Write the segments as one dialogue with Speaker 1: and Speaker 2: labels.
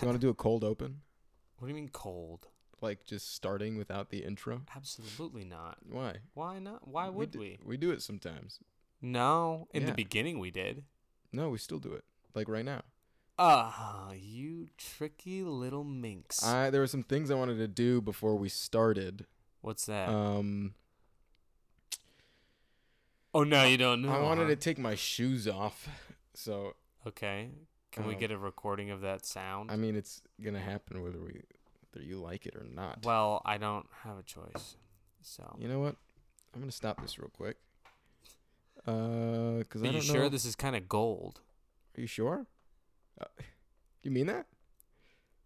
Speaker 1: You want to do a cold open?
Speaker 2: What do you mean cold?
Speaker 1: Like just starting without the intro?
Speaker 2: Absolutely not.
Speaker 1: Why?
Speaker 2: Why not? Why would
Speaker 1: do,
Speaker 2: we?
Speaker 1: We do it sometimes.
Speaker 2: No, in
Speaker 1: Yeah.
Speaker 2: the beginning we did.
Speaker 1: No, we still do it. Like right now.
Speaker 2: Ah, you tricky little minx.
Speaker 1: I there were some things I wanted to do before we started.
Speaker 2: What's that?
Speaker 1: Um
Speaker 2: oh no, you don't know.
Speaker 1: I wanted
Speaker 2: huh?
Speaker 1: to take my shoes off. So,
Speaker 2: Okay. Can we
Speaker 1: um,
Speaker 2: get a recording of that sound?
Speaker 1: I mean it's going to happen whether we whether you like it or not.
Speaker 2: well, I don't have a choice. So.
Speaker 1: you know what? I'm going to stop this real quick. Uh cuz I
Speaker 2: Are
Speaker 1: don't
Speaker 2: you sure
Speaker 1: know.
Speaker 2: this is kind of gold?
Speaker 1: Are you sure? Uh, you mean that?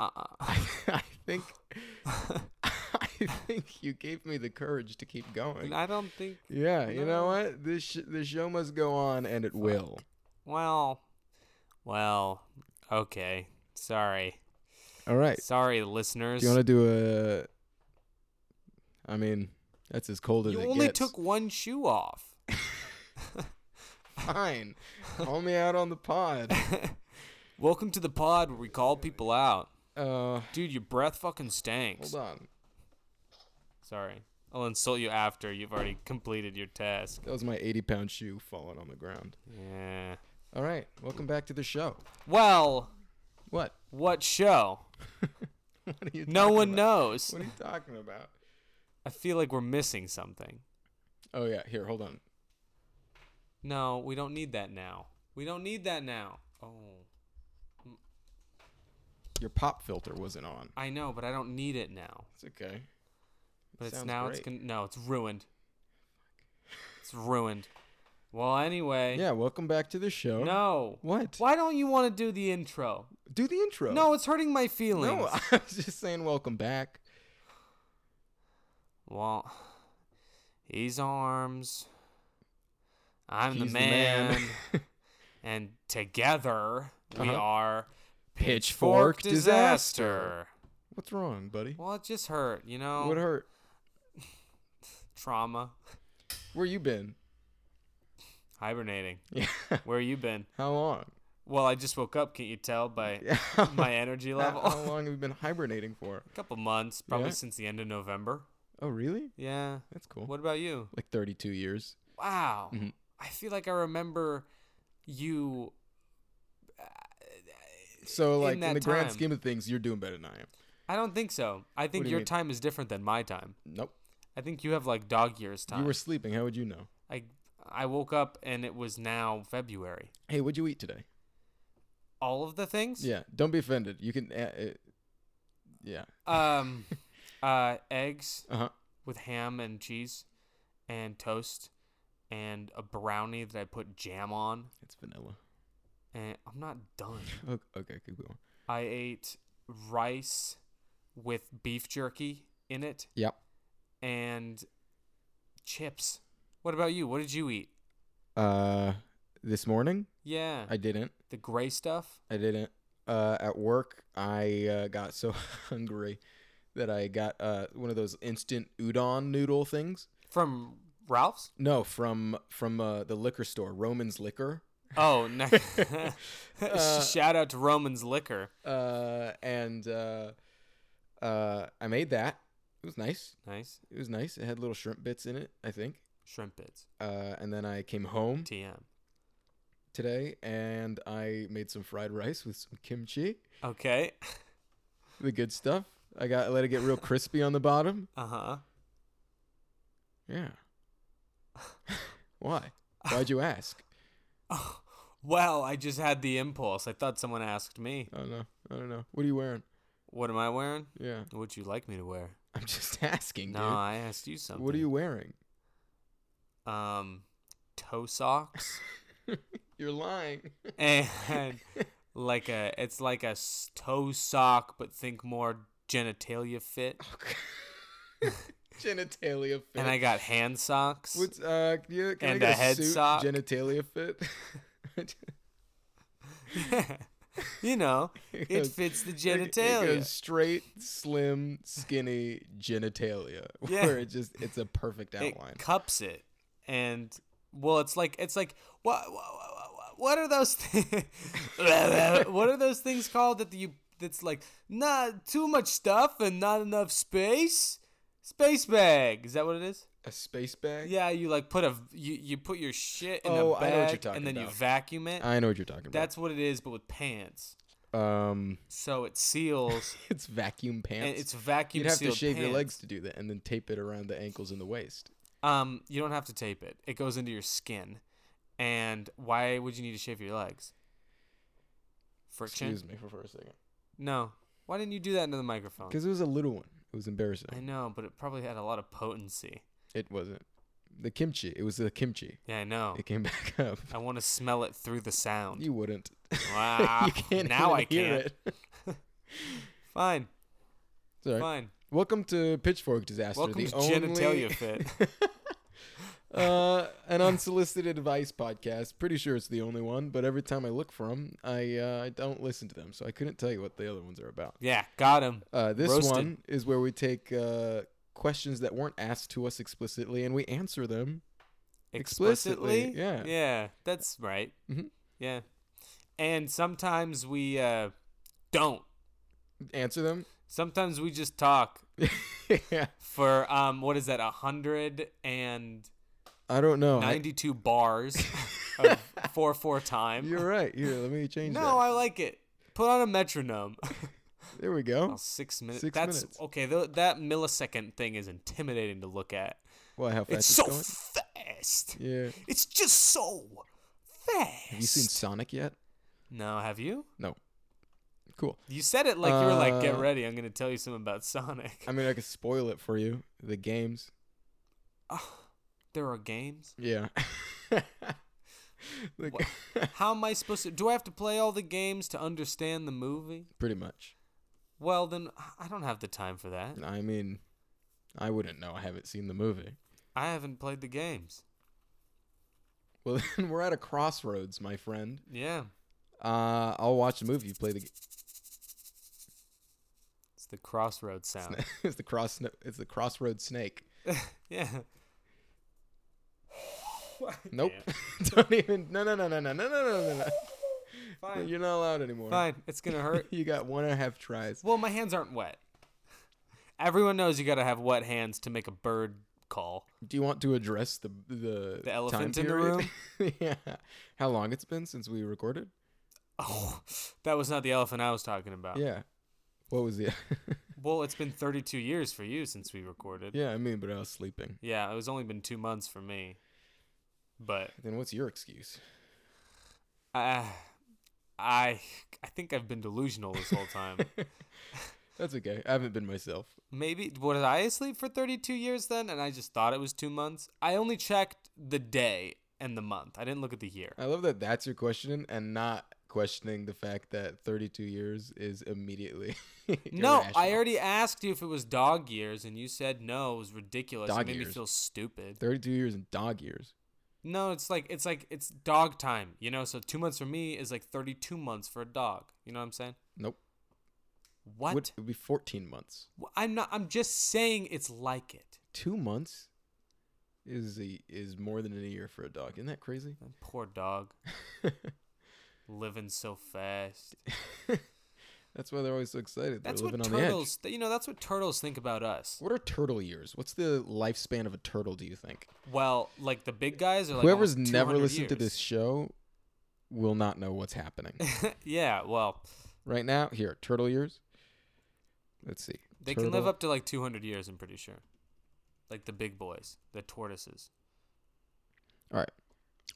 Speaker 2: Uh-uh.
Speaker 1: I think I think you gave me the courage to keep going.
Speaker 2: And I don't think.
Speaker 1: Yeah, you know
Speaker 2: No.
Speaker 1: what? This sh- the show must go on, and it will.
Speaker 2: Well, well, okay. Sorry,
Speaker 1: All right.
Speaker 2: sorry, listeners.
Speaker 1: Do you want to do a? I mean, that's as cold as
Speaker 2: You
Speaker 1: it
Speaker 2: only
Speaker 1: gets.
Speaker 2: took one shoe off.
Speaker 1: fine. Call me out on the pod.
Speaker 2: Welcome to the pod where we call people out.
Speaker 1: Uh,
Speaker 2: Dude, your breath fucking
Speaker 1: hold
Speaker 2: stinks.
Speaker 1: on.
Speaker 2: Sorry. I'll insult you after you've already completed your task.
Speaker 1: That was my 80 pound shoe falling on the ground.
Speaker 2: Yeah.
Speaker 1: All right. Welcome back to the show.
Speaker 2: Well,
Speaker 1: What?
Speaker 2: what show?
Speaker 1: What are you?
Speaker 2: No
Speaker 1: talking
Speaker 2: one
Speaker 1: about?
Speaker 2: knows.
Speaker 1: What are you talking about?
Speaker 2: I feel like we're missing something.
Speaker 1: Oh yeah. Here, hold on.
Speaker 2: No, we don't need that now. We don't need that now. Oh.
Speaker 1: Your pop filter wasn't on.
Speaker 2: I know, but I don't need it now.
Speaker 1: It's okay.
Speaker 2: But it's
Speaker 1: Sounds
Speaker 2: now it's
Speaker 1: great.
Speaker 2: gonna no, it's ruined. It's ruined. Well, anyway.
Speaker 1: Yeah. Welcome back to the show.
Speaker 2: No.
Speaker 1: What?
Speaker 2: Why don't you want to do the intro?
Speaker 1: Do the intro.
Speaker 2: No, it's hurting my feelings.
Speaker 1: No, I was just saying welcome back.
Speaker 2: Well, he's arms. I'm
Speaker 1: He's
Speaker 2: the
Speaker 1: the
Speaker 2: man.
Speaker 1: man.
Speaker 2: and together we
Speaker 1: Uh-huh.
Speaker 2: are Fork
Speaker 1: Pitchfork Disaster. What's wrong, buddy?
Speaker 2: Well, it just hurt, you know.
Speaker 1: What hurt?
Speaker 2: Trauma.
Speaker 1: Where you been?
Speaker 2: Hibernating.
Speaker 1: Yeah.
Speaker 2: Where you been?
Speaker 1: How long?
Speaker 2: Well, I just woke up. Can't you tell by my energy
Speaker 1: How,
Speaker 2: level?
Speaker 1: how long have you been hibernating for?
Speaker 2: A couple months, probably
Speaker 1: Yeah.
Speaker 2: since the end of November.
Speaker 1: Oh, really?
Speaker 2: Yeah.
Speaker 1: That's cool.
Speaker 2: What about you?
Speaker 1: Like 32 years.
Speaker 2: Wow.
Speaker 1: Mm-hmm.
Speaker 2: I feel like I remember you.
Speaker 1: So, like in,
Speaker 2: that
Speaker 1: the grand
Speaker 2: time.
Speaker 1: scheme of things, you're doing better than I am.
Speaker 2: I don't think so. I think
Speaker 1: do you
Speaker 2: your
Speaker 1: mean?
Speaker 2: time is different than my time.
Speaker 1: Nope.
Speaker 2: I think you have like dog years time.
Speaker 1: You were sleeping. How would you know?
Speaker 2: I I woke up and it was now February.
Speaker 1: Hey, what'd you eat today?
Speaker 2: All of the things.
Speaker 1: Yeah. Don't be offended. You can. Uh, uh, yeah.
Speaker 2: Um, uh, eggs
Speaker 1: Uh huh.
Speaker 2: with ham and cheese, and toast, and a brownie that I put jam on.
Speaker 1: It's vanilla.
Speaker 2: And I'm not done.
Speaker 1: O- Okay, keep going.
Speaker 2: I ate rice with beef jerky in it
Speaker 1: Yep.
Speaker 2: and chips. What about you? What did you eat?
Speaker 1: Uh, this morning
Speaker 2: Yeah,
Speaker 1: I didn't.
Speaker 2: the gray stuff.
Speaker 1: I didn't. Uh, at work, I uh, got so hungry that I got uh, one of those instant udon noodle things.
Speaker 2: From Ralph's?
Speaker 1: No, from from uh, the liquor store, Roman's Liquor.
Speaker 2: Oh, no. shout out to Roman's Liquor.
Speaker 1: Uh, and uh, uh, I made that. It was nice.
Speaker 2: Nice.
Speaker 1: It was nice. It had little shrimp bits in it, I think.
Speaker 2: Shrimp bits.
Speaker 1: Uh, and then I came home
Speaker 2: TM.
Speaker 1: today and I made some fried rice with some kimchi,
Speaker 2: Okay.
Speaker 1: the good stuff. I got let it get real crispy on the bottom.
Speaker 2: Uh huh.
Speaker 1: Yeah. Why? Why'd you ask?
Speaker 2: Well, I just had the impulse. I thought someone asked me,
Speaker 1: I don't know. I don't know. What are you wearing?
Speaker 2: What am I wearing?
Speaker 1: Yeah.
Speaker 2: What would you like me to wear?
Speaker 1: I'm just asking,
Speaker 2: No, I asked you
Speaker 1: dude.
Speaker 2: something.
Speaker 1: What are you wearing?
Speaker 2: um toe socks
Speaker 1: You're lying.
Speaker 2: and like a it's like a s- toe sock but think more genitalia fit
Speaker 1: Genitalia fit.
Speaker 2: and i got hand socks
Speaker 1: What's uh can you can I
Speaker 2: And
Speaker 1: get
Speaker 2: a head
Speaker 1: suit
Speaker 2: sock.
Speaker 1: genitalia fit?
Speaker 2: you know it
Speaker 1: goes-
Speaker 2: fits the
Speaker 1: It goes
Speaker 2: genitalia
Speaker 1: straight, slim, skinny genitalia.
Speaker 2: Yeah.
Speaker 1: Where it just it's a perfect
Speaker 2: it
Speaker 1: outline.
Speaker 2: cups it and well it's like it's like what what, what are those thi- what are those things called that you that's like not too much stuff and not enough space. Space bag. Is that what it is?
Speaker 1: A space bag?
Speaker 2: Yeah, you like put a you, you put your shit in
Speaker 1: Oh,
Speaker 2: a
Speaker 1: I know what you're
Speaker 2: bag
Speaker 1: talking
Speaker 2: and then you
Speaker 1: about.
Speaker 2: vacuum it.
Speaker 1: I know what you're talking about.
Speaker 2: That's what it is, but with pants.
Speaker 1: That's um
Speaker 2: So it seals.
Speaker 1: it's vacuum pants.
Speaker 2: and it's vacuum
Speaker 1: You'd have to
Speaker 2: sealed
Speaker 1: shave your
Speaker 2: pants.
Speaker 1: legs to do that and then tape it around the ankles and the waist.
Speaker 2: Um, you don't have to tape it. It goes into your skin. And why would you need to shave your legs? Friction?
Speaker 1: Excuse me for, for a second.
Speaker 2: No. Why didn't you do that into the microphone?
Speaker 1: Because it was a little one. It was
Speaker 2: I
Speaker 1: embarrassing.
Speaker 2: know, but it probably had a lot of potency.
Speaker 1: It wasn't. The kimchi. It was the kimchi.
Speaker 2: Yeah, I know.
Speaker 1: It came back up.
Speaker 2: I want to smell it through the sound.
Speaker 1: You wouldn't.
Speaker 2: Wow. now I
Speaker 1: even hear
Speaker 2: can't.
Speaker 1: it.
Speaker 2: Fine,
Speaker 1: Sorry.
Speaker 2: fine.
Speaker 1: Welcome to Pitchfork Disaster.
Speaker 2: Welcome
Speaker 1: the
Speaker 2: to
Speaker 1: only,
Speaker 2: Genitalia Fit.
Speaker 1: uh, an unsolicited advice podcast. Pretty sure it's the only one, but every time I look for them, I uh, I don't listen to them, so I couldn't tell you what the other ones are about.
Speaker 2: Yeah, got him.
Speaker 1: Uh, this
Speaker 2: Roasted.
Speaker 1: one is where we take uh, questions that weren't asked to us explicitly and we answer them.
Speaker 2: Explicitly?
Speaker 1: Explicitly, yeah.
Speaker 2: Yeah, that's right.
Speaker 1: Mhm.
Speaker 2: Yeah. And sometimes we uh, don't.
Speaker 1: Answer them.
Speaker 2: Sometimes we just talk
Speaker 1: yeah.
Speaker 2: for um what is that 192
Speaker 1: I don't know. Oh, I-
Speaker 2: bars of 4/4 time.
Speaker 1: you're right. Here, let me change
Speaker 2: no,
Speaker 1: that.
Speaker 2: I like it. Put on a metronome.
Speaker 1: there we
Speaker 2: Oh,
Speaker 1: go.
Speaker 2: six minutes.
Speaker 1: Six
Speaker 2: That's
Speaker 1: minutes.
Speaker 2: okay. Th- that millisecond thing is intimidating to look at.
Speaker 1: Well, how fast
Speaker 2: It's
Speaker 1: it's,
Speaker 2: so
Speaker 1: going?
Speaker 2: fast.
Speaker 1: Yeah.
Speaker 2: It's just so fast.
Speaker 1: Have you seen Sonic yet?
Speaker 2: No, have you?
Speaker 1: Cool.
Speaker 2: You said it like you were like, get
Speaker 1: Uh,
Speaker 2: ready. I'm gonna tell you something about Sonic.
Speaker 1: I mean, I could spoil it for you. The games.
Speaker 2: Ugh, there are games.
Speaker 1: Yeah. Like,
Speaker 2: How am I supposed to? Do I have to play all the games to understand the movie?
Speaker 1: pretty much.
Speaker 2: Well, then I don't have the time for that.
Speaker 1: I mean, I wouldn't know. I haven't seen the movie.
Speaker 2: I haven't played the games.
Speaker 1: Well, then we're at a crossroads, my friend.
Speaker 2: Yeah,
Speaker 1: Uh, I'll watch the movie. You play the.
Speaker 2: it's the crossroads sound.
Speaker 1: It's the cross. It's the crossroad snake.
Speaker 2: yeah.
Speaker 1: Nope. Don't even. No, no, no, no, no, no, no, no, no, no.
Speaker 2: Fine.
Speaker 1: You're not allowed anymore.
Speaker 2: Fine. It's gonna hurt.
Speaker 1: You got one and a half tries.
Speaker 2: Well, my hands aren't wet. Everyone knows you gotta have wet hands to make a bird call.
Speaker 1: Do you want to address the the
Speaker 2: The elephant
Speaker 1: time
Speaker 2: in the
Speaker 1: period? yeah. How long it's been since we recorded?
Speaker 2: Oh, that was not the elephant I was talking about.
Speaker 1: Yeah. What was the?
Speaker 2: Well, it's been 32 years for you since we recorded.
Speaker 1: yeah, I mean, but I was sleeping.
Speaker 2: Yeah, it was only been two months for me. But
Speaker 1: Then what's your excuse?
Speaker 2: I, I, I think I've been delusional this whole time.
Speaker 1: That's okay. I haven't been myself.
Speaker 2: Maybe was I asleep for 32 years then, and I just thought it was two months. I only checked the day and the month. I didn't look at the year.
Speaker 1: I love that that's your question and not questioning the fact that 32 years is immediately.
Speaker 2: No, I
Speaker 1: irrational.
Speaker 2: already asked you if it was dog years, and you said no. It was ridiculous.
Speaker 1: Dog
Speaker 2: it made me
Speaker 1: years.
Speaker 2: feel stupid.
Speaker 1: 32 years in dog years.
Speaker 2: No, it's like it's like it's dog time, you know. So two months for me is like thirty-two months for a dog. You know what I'm saying?
Speaker 1: Nope.
Speaker 2: What?
Speaker 1: Would- It would be 14 months.
Speaker 2: Wh- I'm not. I'm just saying it's like it.
Speaker 1: Two months is a, is more than a year for a dog. Isn't that crazy?
Speaker 2: That poor dog, living so fast.
Speaker 1: that's why they're always so excited.
Speaker 2: That's
Speaker 1: they're
Speaker 2: what
Speaker 1: living on
Speaker 2: turtles. th- You know, that's what turtles think about us.
Speaker 1: the edge. What are turtle years? What's the lifespan of a turtle, do you think?
Speaker 2: Well, like the big guys are like
Speaker 1: Whoever's
Speaker 2: almost
Speaker 1: never
Speaker 2: 200
Speaker 1: listened to this
Speaker 2: years.
Speaker 1: show will not know what's happening.
Speaker 2: yeah, well,
Speaker 1: right now. Here, turtle years. Let's see.
Speaker 2: they can live
Speaker 1: Turtle-
Speaker 2: up to like two hundred years. I'm pretty sure. Like the big boys, the tortoises.
Speaker 1: All right.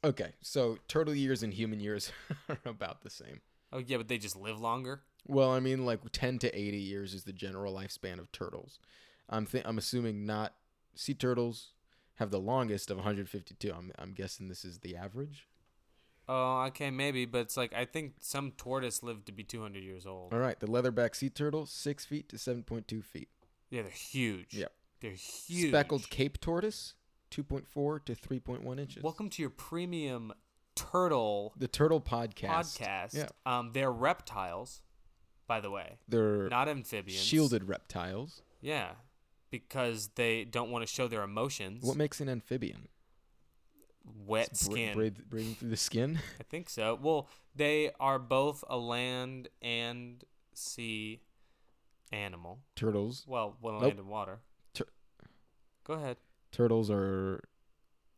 Speaker 1: Okay, so turtle years and human years are about the same.
Speaker 2: Oh yeah, but they just live longer.
Speaker 1: Well, I mean, like ten to eighty years is the general lifespan of turtles. I'm th- I'm assuming not sea turtles have the longest of 152. I'm I'm guessing this is the average.
Speaker 2: Oh, okay, maybe, but it's like I think some tortoise lived to be 200 years old.
Speaker 1: All right, the leatherback sea turtle six feet to 7.2 feet.
Speaker 2: Yeah, they're huge.
Speaker 1: Yep.
Speaker 2: They're huge.
Speaker 1: Speckled cape tortoise 2.4 to 3.1 inches.
Speaker 2: Welcome to your premium turtle
Speaker 1: the turtle podcast.
Speaker 2: podcast.
Speaker 1: Yeah,
Speaker 2: Um, they're reptiles, by the way,
Speaker 1: they're
Speaker 2: not amphibians.
Speaker 1: shielded reptiles.
Speaker 2: Yeah, because they don't want to show their emotions.
Speaker 1: What makes an amphibian?
Speaker 2: Wet
Speaker 1: It's bre-
Speaker 2: skin.
Speaker 1: breathe- breathing through the skin.
Speaker 2: I think so. Well, they are both a land and sea animal.
Speaker 1: Turtles.
Speaker 2: Well, one
Speaker 1: Nope.
Speaker 2: land and water.
Speaker 1: Tur-
Speaker 2: Go ahead.
Speaker 1: Turtles are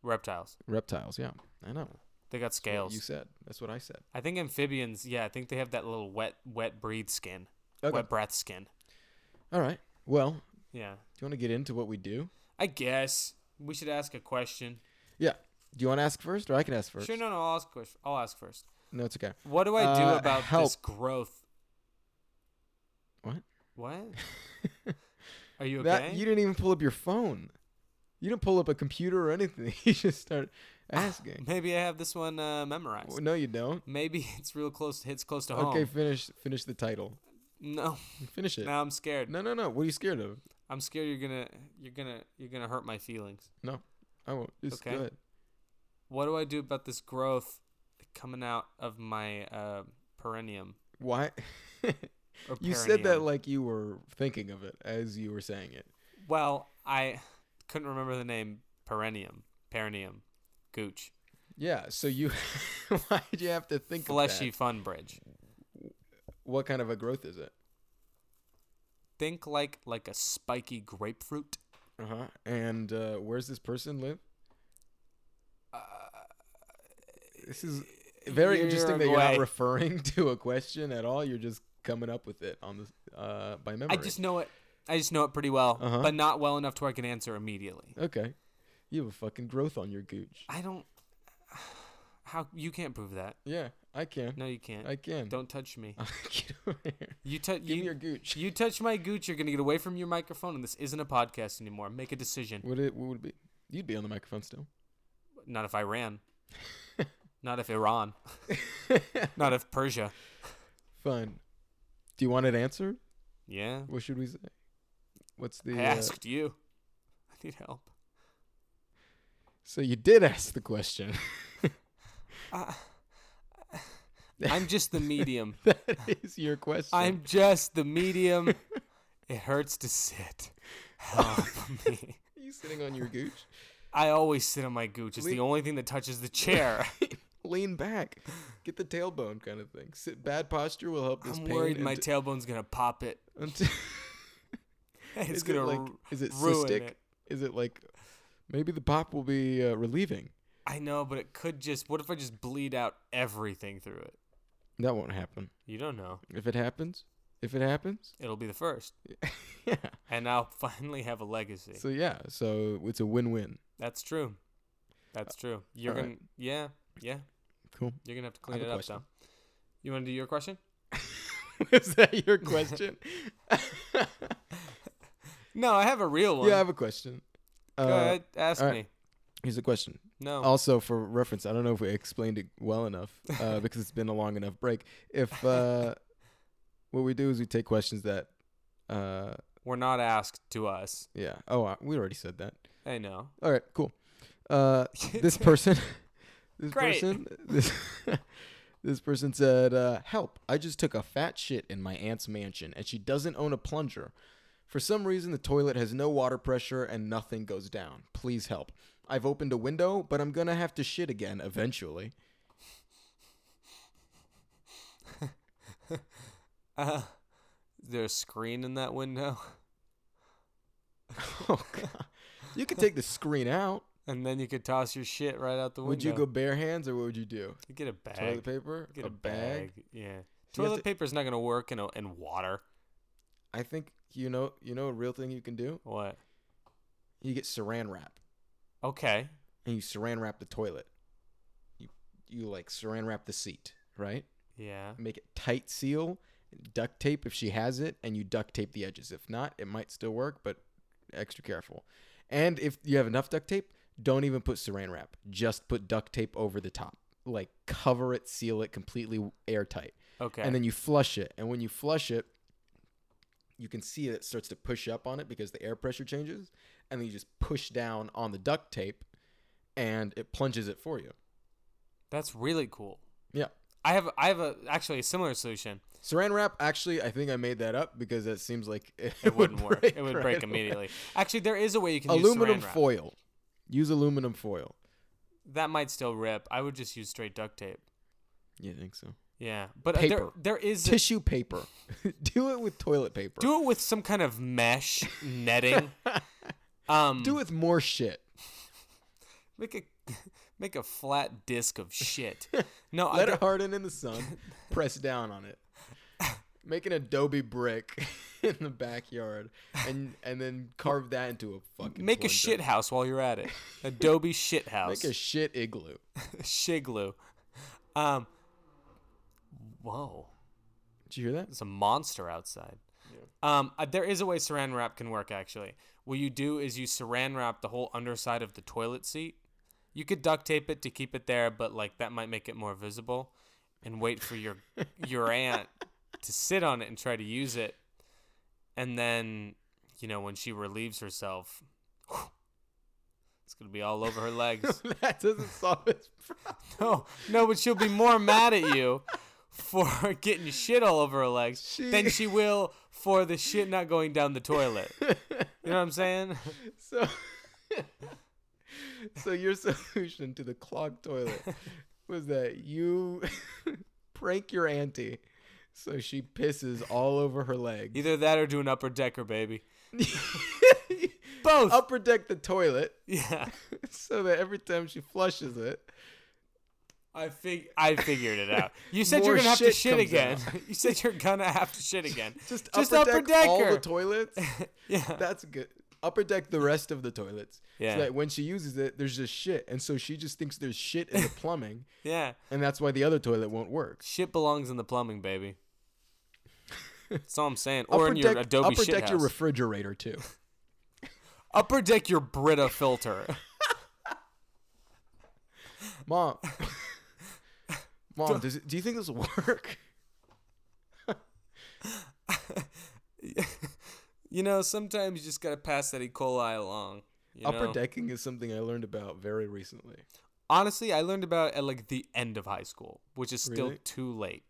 Speaker 2: Reptiles.
Speaker 1: reptiles. Yeah, I know.
Speaker 2: They got
Speaker 1: That's what
Speaker 2: scales.
Speaker 1: You said. That's what I said.
Speaker 2: I think amphibians. Yeah, I think they have that little wet, wet breathe skin,
Speaker 1: Okay.
Speaker 2: wet breath skin.
Speaker 1: All right. Well, do
Speaker 2: Yeah,
Speaker 1: you want to get into what we do?
Speaker 2: I guess we should ask a question.
Speaker 1: Yeah. Do you want to ask first, or I can ask first?
Speaker 2: Sure, no, no, I'll ask. ques- I'll ask first.
Speaker 1: No, it's okay.
Speaker 2: What do I do
Speaker 1: Uh,
Speaker 2: about this
Speaker 1: help.
Speaker 2: growth?
Speaker 1: What?
Speaker 2: What? Are you okay?
Speaker 1: That you didn't even pull up your phone. You didn't pull up a computer or anything. You just started asking.
Speaker 2: Maybe I have this one uh, memorized.
Speaker 1: Well, no, you don't.
Speaker 2: Maybe it's real close. Hits close to home.
Speaker 1: Okay, finish finish the title.
Speaker 2: No,
Speaker 1: Finish it.
Speaker 2: now I'm scared.
Speaker 1: No, no, no. What are you scared of?
Speaker 2: I'm scared you're gonna, you're gonna, you're gonna hurt my feelings.
Speaker 1: I won't. Just
Speaker 2: Okay.
Speaker 1: go ahead.
Speaker 2: What do I do about this growth coming out of my uh, perineum?
Speaker 1: Why?
Speaker 2: Or
Speaker 1: you said that
Speaker 2: perineum?
Speaker 1: like you were thinking of it as you were saying it.
Speaker 2: Well, I couldn't remember the name. Perennium, perineum, gooch,
Speaker 1: Yeah. So you, why did you have to think
Speaker 2: fleshy
Speaker 1: Of
Speaker 2: fun bridge.
Speaker 1: that? What kind of a growth is it?
Speaker 2: Think like like a spiky grapefruit.
Speaker 1: Uh huh. And uh, where's this person live?
Speaker 2: Uh,
Speaker 1: This is very interesting that you're not
Speaker 2: Uruguay.
Speaker 1: referring to a question at all. You're just coming up with it on the uh, by memory.
Speaker 2: I just know it. I just know it pretty well,
Speaker 1: Uh-huh.
Speaker 2: but not well enough to where I can answer immediately.
Speaker 1: okay. You have a fucking growth on your gooch.
Speaker 2: I don't. How you can't prove that?
Speaker 1: Yeah, I can.
Speaker 2: No, you can't.
Speaker 1: I can.
Speaker 2: Don't touch me.
Speaker 1: Get over here.
Speaker 2: You touch
Speaker 1: Give
Speaker 2: you.
Speaker 1: me your gooch.
Speaker 2: you touch my gooch, you're gonna get away from your microphone, and this isn't a podcast anymore. Make a decision.
Speaker 1: What it what would it be? You'd be on the microphone still.
Speaker 2: Not if Iran. Not if Iran. Not if Persia.
Speaker 1: Fine. Do you want it answered?
Speaker 2: Yeah.
Speaker 1: What should we say? What's the
Speaker 2: I
Speaker 1: uh,
Speaker 2: asked you. I need help.
Speaker 1: So you did ask the question.
Speaker 2: Uh, I'm just the medium.
Speaker 1: that is your question.
Speaker 2: I'm just the medium. It hurts to sit. Help me.
Speaker 1: Are you sitting on your gooch?
Speaker 2: I always sit on my gooch. It's
Speaker 1: We-
Speaker 2: the only thing that touches the chair.
Speaker 1: Lean back. Get the tailbone kind of thing. Sit bad posture will help this
Speaker 2: I'm
Speaker 1: pain.
Speaker 2: worried my
Speaker 1: and-
Speaker 2: tailbone's gonna pop it.
Speaker 1: until-
Speaker 2: It's
Speaker 1: is
Speaker 2: gonna
Speaker 1: it like
Speaker 2: ru-
Speaker 1: is it
Speaker 2: ruin
Speaker 1: cystic?
Speaker 2: it.
Speaker 1: Is it like maybe the pop will be uh, relieving?
Speaker 2: I know, but it could just. What if I just bleed out everything through it?
Speaker 1: That won't happen.
Speaker 2: You don't know.
Speaker 1: If it happens, if it happens,
Speaker 2: It'll be the first,
Speaker 1: yeah.
Speaker 2: and I'll finally have a legacy.
Speaker 1: So yeah, so it's a win-win.
Speaker 2: That's true. That's true. You're
Speaker 1: all
Speaker 2: gonna.
Speaker 1: right.
Speaker 2: Yeah. Yeah.
Speaker 1: Cool.
Speaker 2: You're gonna have to
Speaker 1: I
Speaker 2: clean
Speaker 1: have
Speaker 2: it
Speaker 1: a
Speaker 2: up,
Speaker 1: question.
Speaker 2: though. You want to do your question?
Speaker 1: Is that your question?
Speaker 2: No, I have a real one.
Speaker 1: yeah, uh, I have a question.
Speaker 2: Go ahead, ask
Speaker 1: all right.
Speaker 2: me.
Speaker 1: Here's a question.
Speaker 2: No,
Speaker 1: Also, for reference, I don't know if we explained it well enough uh, because it's been a long enough break. If uh, what we do is we take questions that, uh,
Speaker 2: we're not asked to us.
Speaker 1: yeah. Oh, I, we already said that.
Speaker 2: I know.
Speaker 1: All right, cool. Uh, this person, this
Speaker 2: Great.
Speaker 1: person, this this person said, uh, "Help! I just took a fat shit in my aunt's mansion, and she doesn't own a plunger. For some reason, the toilet has no water pressure, and nothing goes down. Please help! I've opened a window, but I'm gonna have to shit again eventually."
Speaker 2: Uh, is there a screen in that window?
Speaker 1: Oh god! You could take the screen out.
Speaker 2: And then you could toss your shit right out the window.
Speaker 1: Would you go bare hands, or what would you do?
Speaker 2: You get a bag?
Speaker 1: Toilet paper,
Speaker 2: Get a, bag. Yeah.
Speaker 1: So you have
Speaker 2: Toilet
Speaker 1: to-
Speaker 2: paper's not gonna work in a, in water.
Speaker 1: I think you know. You know a real thing you can do.
Speaker 2: What?
Speaker 1: You get Saran wrap.
Speaker 2: Okay.
Speaker 1: and you saran wrap the toilet. You you like saran wrap the seat, right?
Speaker 2: Yeah.
Speaker 1: Make it tight seal, duct tape if she has it, and you duct tape the edges. If not, it might still work, but extra careful. And if you have enough duct tape, don't even put saran wrap. Just put duct tape over the top. Like cover it, seal it completely airtight.
Speaker 2: Okay.
Speaker 1: And then you flush it. And when you flush it, you can see that it starts to push up on it because the air pressure changes. And then you just push down on the duct tape and it plunges it for you.
Speaker 2: That's really cool.
Speaker 1: Yeah.
Speaker 2: I have I have a actually a similar solution.
Speaker 1: Saran wrap, actually, I think I made that up because that seems like it,
Speaker 2: It wouldn't work. It would
Speaker 1: right
Speaker 2: break
Speaker 1: away.
Speaker 2: immediately. Actually, there is a way you can
Speaker 1: Aluminum
Speaker 2: use saran wrap.
Speaker 1: foil. Use aluminum foil.
Speaker 2: That might still rip. I would just use straight duct tape.
Speaker 1: You think so?
Speaker 2: Yeah, but uh, there
Speaker 1: Paper.
Speaker 2: there is
Speaker 1: Tissue paper. do it with toilet paper.
Speaker 2: do it with some kind of mesh netting. Um,
Speaker 1: do it with more shit.
Speaker 2: make a make a flat disc of shit. No, I,
Speaker 1: Let
Speaker 2: there-
Speaker 1: it harden in the sun. press down on it. Make an adobe brick in the backyard, and and then carve that into a fucking.
Speaker 2: make a
Speaker 1: plunger.
Speaker 2: shit house while you're at it. Adobe shit house.
Speaker 1: Make a shit igloo.
Speaker 2: Shiglu. Um. Whoa,
Speaker 1: Did you hear that?
Speaker 2: there's a monster outside. Um, uh, there is a way saran wrap can work actually. What you do is you saran wrap the whole underside of the toilet seat. You could duct tape it to keep it there, but like that might make it more visible. And wait for your your aunt to sit on it and try to use it. And then, you know, when she relieves herself, it's gonna be all over her legs.
Speaker 1: that doesn't solve his problem.
Speaker 2: No, no, but she'll be more mad at you for getting shit all over her legs than she will for the shit not going down the toilet. You know what I'm saying?
Speaker 1: So, so your solution to the clogged toilet was that you prank your auntie, so she pisses all over her legs.
Speaker 2: Either that or do an upper decker, baby. Both.
Speaker 1: Upper deck the toilet
Speaker 2: yeah.
Speaker 1: so that every time she flushes it,
Speaker 2: I fig- I figured it out. You said
Speaker 1: More
Speaker 2: you're gonna have to
Speaker 1: shit
Speaker 2: shit
Speaker 1: comes
Speaker 2: again. you said you're gonna have to shit again.
Speaker 1: just,
Speaker 2: Just
Speaker 1: upper,
Speaker 2: upper
Speaker 1: deck all the
Speaker 2: decker.
Speaker 1: toilets.
Speaker 2: yeah.
Speaker 1: That's good. Upper deck the rest of the toilets.
Speaker 2: Yeah.
Speaker 1: So that when she uses it, there's just shit. And so she just thinks there's shit in the plumbing.
Speaker 2: yeah.
Speaker 1: and that's why the other toilet won't work.
Speaker 2: Shit belongs in the plumbing, baby. That's all I'm saying. Or in your
Speaker 1: deck,
Speaker 2: Adobe
Speaker 1: upper
Speaker 2: shit
Speaker 1: deck your
Speaker 2: house.
Speaker 1: refrigerator too.
Speaker 2: upper deck your Brita filter.
Speaker 1: Mom, mom, does it, do you think this will work?
Speaker 2: You know, sometimes you just gotta pass that E. coli along. You
Speaker 1: Upper
Speaker 2: know?
Speaker 1: decking is something I learned about very recently.
Speaker 2: Honestly, I learned about it at like the end of high school, which is still
Speaker 1: Really?
Speaker 2: too late.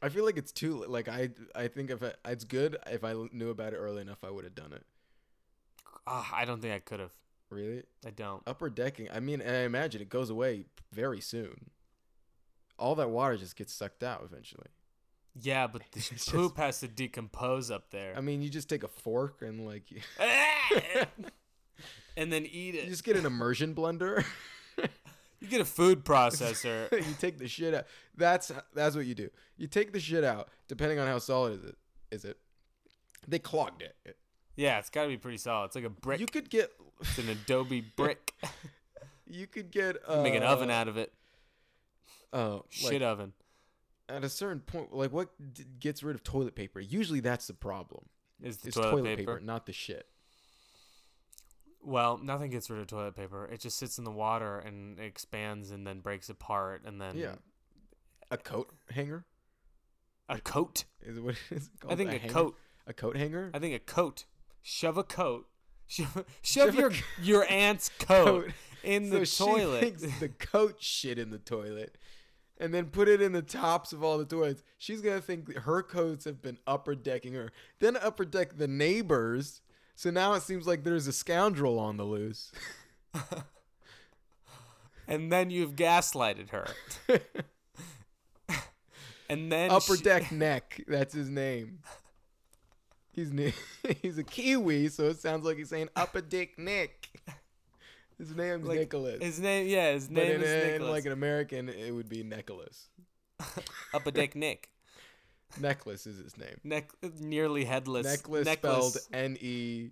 Speaker 1: I feel like it's too like I I think if I, it's good if I knew about it early enough I would have done it.
Speaker 2: Ah, I don't think I could have.
Speaker 1: Really,
Speaker 2: I don't.
Speaker 1: upper decking. I mean, and I imagine it goes away very soon. All that water just gets sucked out eventually.
Speaker 2: Yeah, but the
Speaker 1: It's just-
Speaker 2: poop has to decompose up there. Ah!
Speaker 1: I mean, you just take a fork and like you
Speaker 2: and then eat it.
Speaker 1: just get an immersion blender.
Speaker 2: you get a food processor.
Speaker 1: you take the shit out. That's that's what you do. You take the shit out, depending on how solid is it. Is it? They clogged it.
Speaker 2: yeah, it's got to be pretty solid. It's like a brick.
Speaker 1: You could get,
Speaker 2: it's an Adobe brick.
Speaker 1: you could get uh,
Speaker 2: Make an oven out of it.
Speaker 1: Oh,
Speaker 2: Shit oven.
Speaker 1: at a certain point, like what d- gets rid of toilet paper? Usually that's the problem.
Speaker 2: Is the
Speaker 1: It's
Speaker 2: toilet,
Speaker 1: toilet,
Speaker 2: paper.
Speaker 1: paper. not the shit.
Speaker 2: Well, nothing gets rid of toilet paper. It just sits in the water and expands and then breaks apart and then
Speaker 1: Yeah, a coat hanger
Speaker 2: a coat.
Speaker 1: is what it is called.
Speaker 2: I think a,
Speaker 1: hanger?
Speaker 2: coat.
Speaker 1: Oh, A coat hanger.
Speaker 2: I think a coat. Shove a coat. Shove, shove your your aunt's coat,
Speaker 1: Coat.
Speaker 2: in
Speaker 1: so
Speaker 2: the toilet.
Speaker 1: she thinks the coat shit in the toilet, and then put it in the tops of all the toilets. She's gonna think that her coats have been upper decking her, then upper deck the neighbors. So now it seems like there's a scoundrel on the loose.
Speaker 2: and then you've gaslighted her. and then
Speaker 1: upper
Speaker 2: she-
Speaker 1: deck neck, that's his name. He's new. he's a Kiwi, so it sounds like he's saying upper deck neck. His name's
Speaker 2: Like,
Speaker 1: Nicholas.
Speaker 2: His name, yeah, his
Speaker 1: but
Speaker 2: name
Speaker 1: in,
Speaker 2: is
Speaker 1: in,
Speaker 2: Nicholas.
Speaker 1: like an American, it would be Nicholas.
Speaker 2: Upper deck Nick.
Speaker 1: Necklace is his name.
Speaker 2: Neck, nearly headless.
Speaker 1: necklace,
Speaker 2: Necklace.
Speaker 1: spelled N E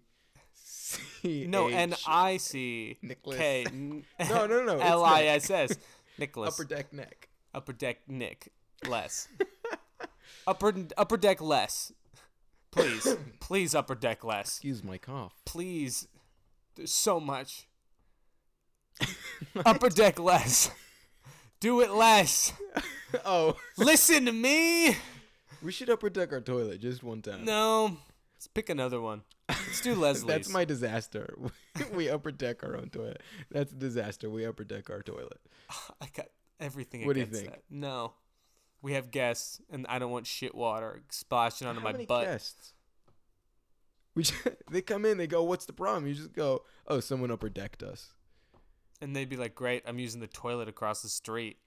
Speaker 1: C
Speaker 2: no,
Speaker 1: H.
Speaker 2: N I C
Speaker 1: Nicholas.
Speaker 2: K.
Speaker 1: No, no, no, it's
Speaker 2: L I S S. Nicholas.
Speaker 1: upper deck neck.
Speaker 2: upper deck Nick less. upper upper deck less. Please. Please upper deck less.
Speaker 1: Excuse my cough.
Speaker 2: Please. There's so much. upper deck less. Do it less.
Speaker 1: Oh,
Speaker 2: Listen to me.
Speaker 1: we should upper deck our toilet just one time.
Speaker 2: No. Let's pick another one. Let's do Leslie's.
Speaker 1: That's my disaster. we upper deck our own toilet. That's a disaster. We upper deck our toilet.
Speaker 2: I got everything
Speaker 1: What do you
Speaker 2: against
Speaker 1: think?
Speaker 2: that. No. We have guests and I don't want shit water splashing onto
Speaker 1: How
Speaker 2: my
Speaker 1: many
Speaker 2: butt.
Speaker 1: guests? We just, they come in, they go, "What's the problem?" You just go, "Oh, someone upper decked us."
Speaker 2: And they'd be like, "Great, I'm using the toilet across the street."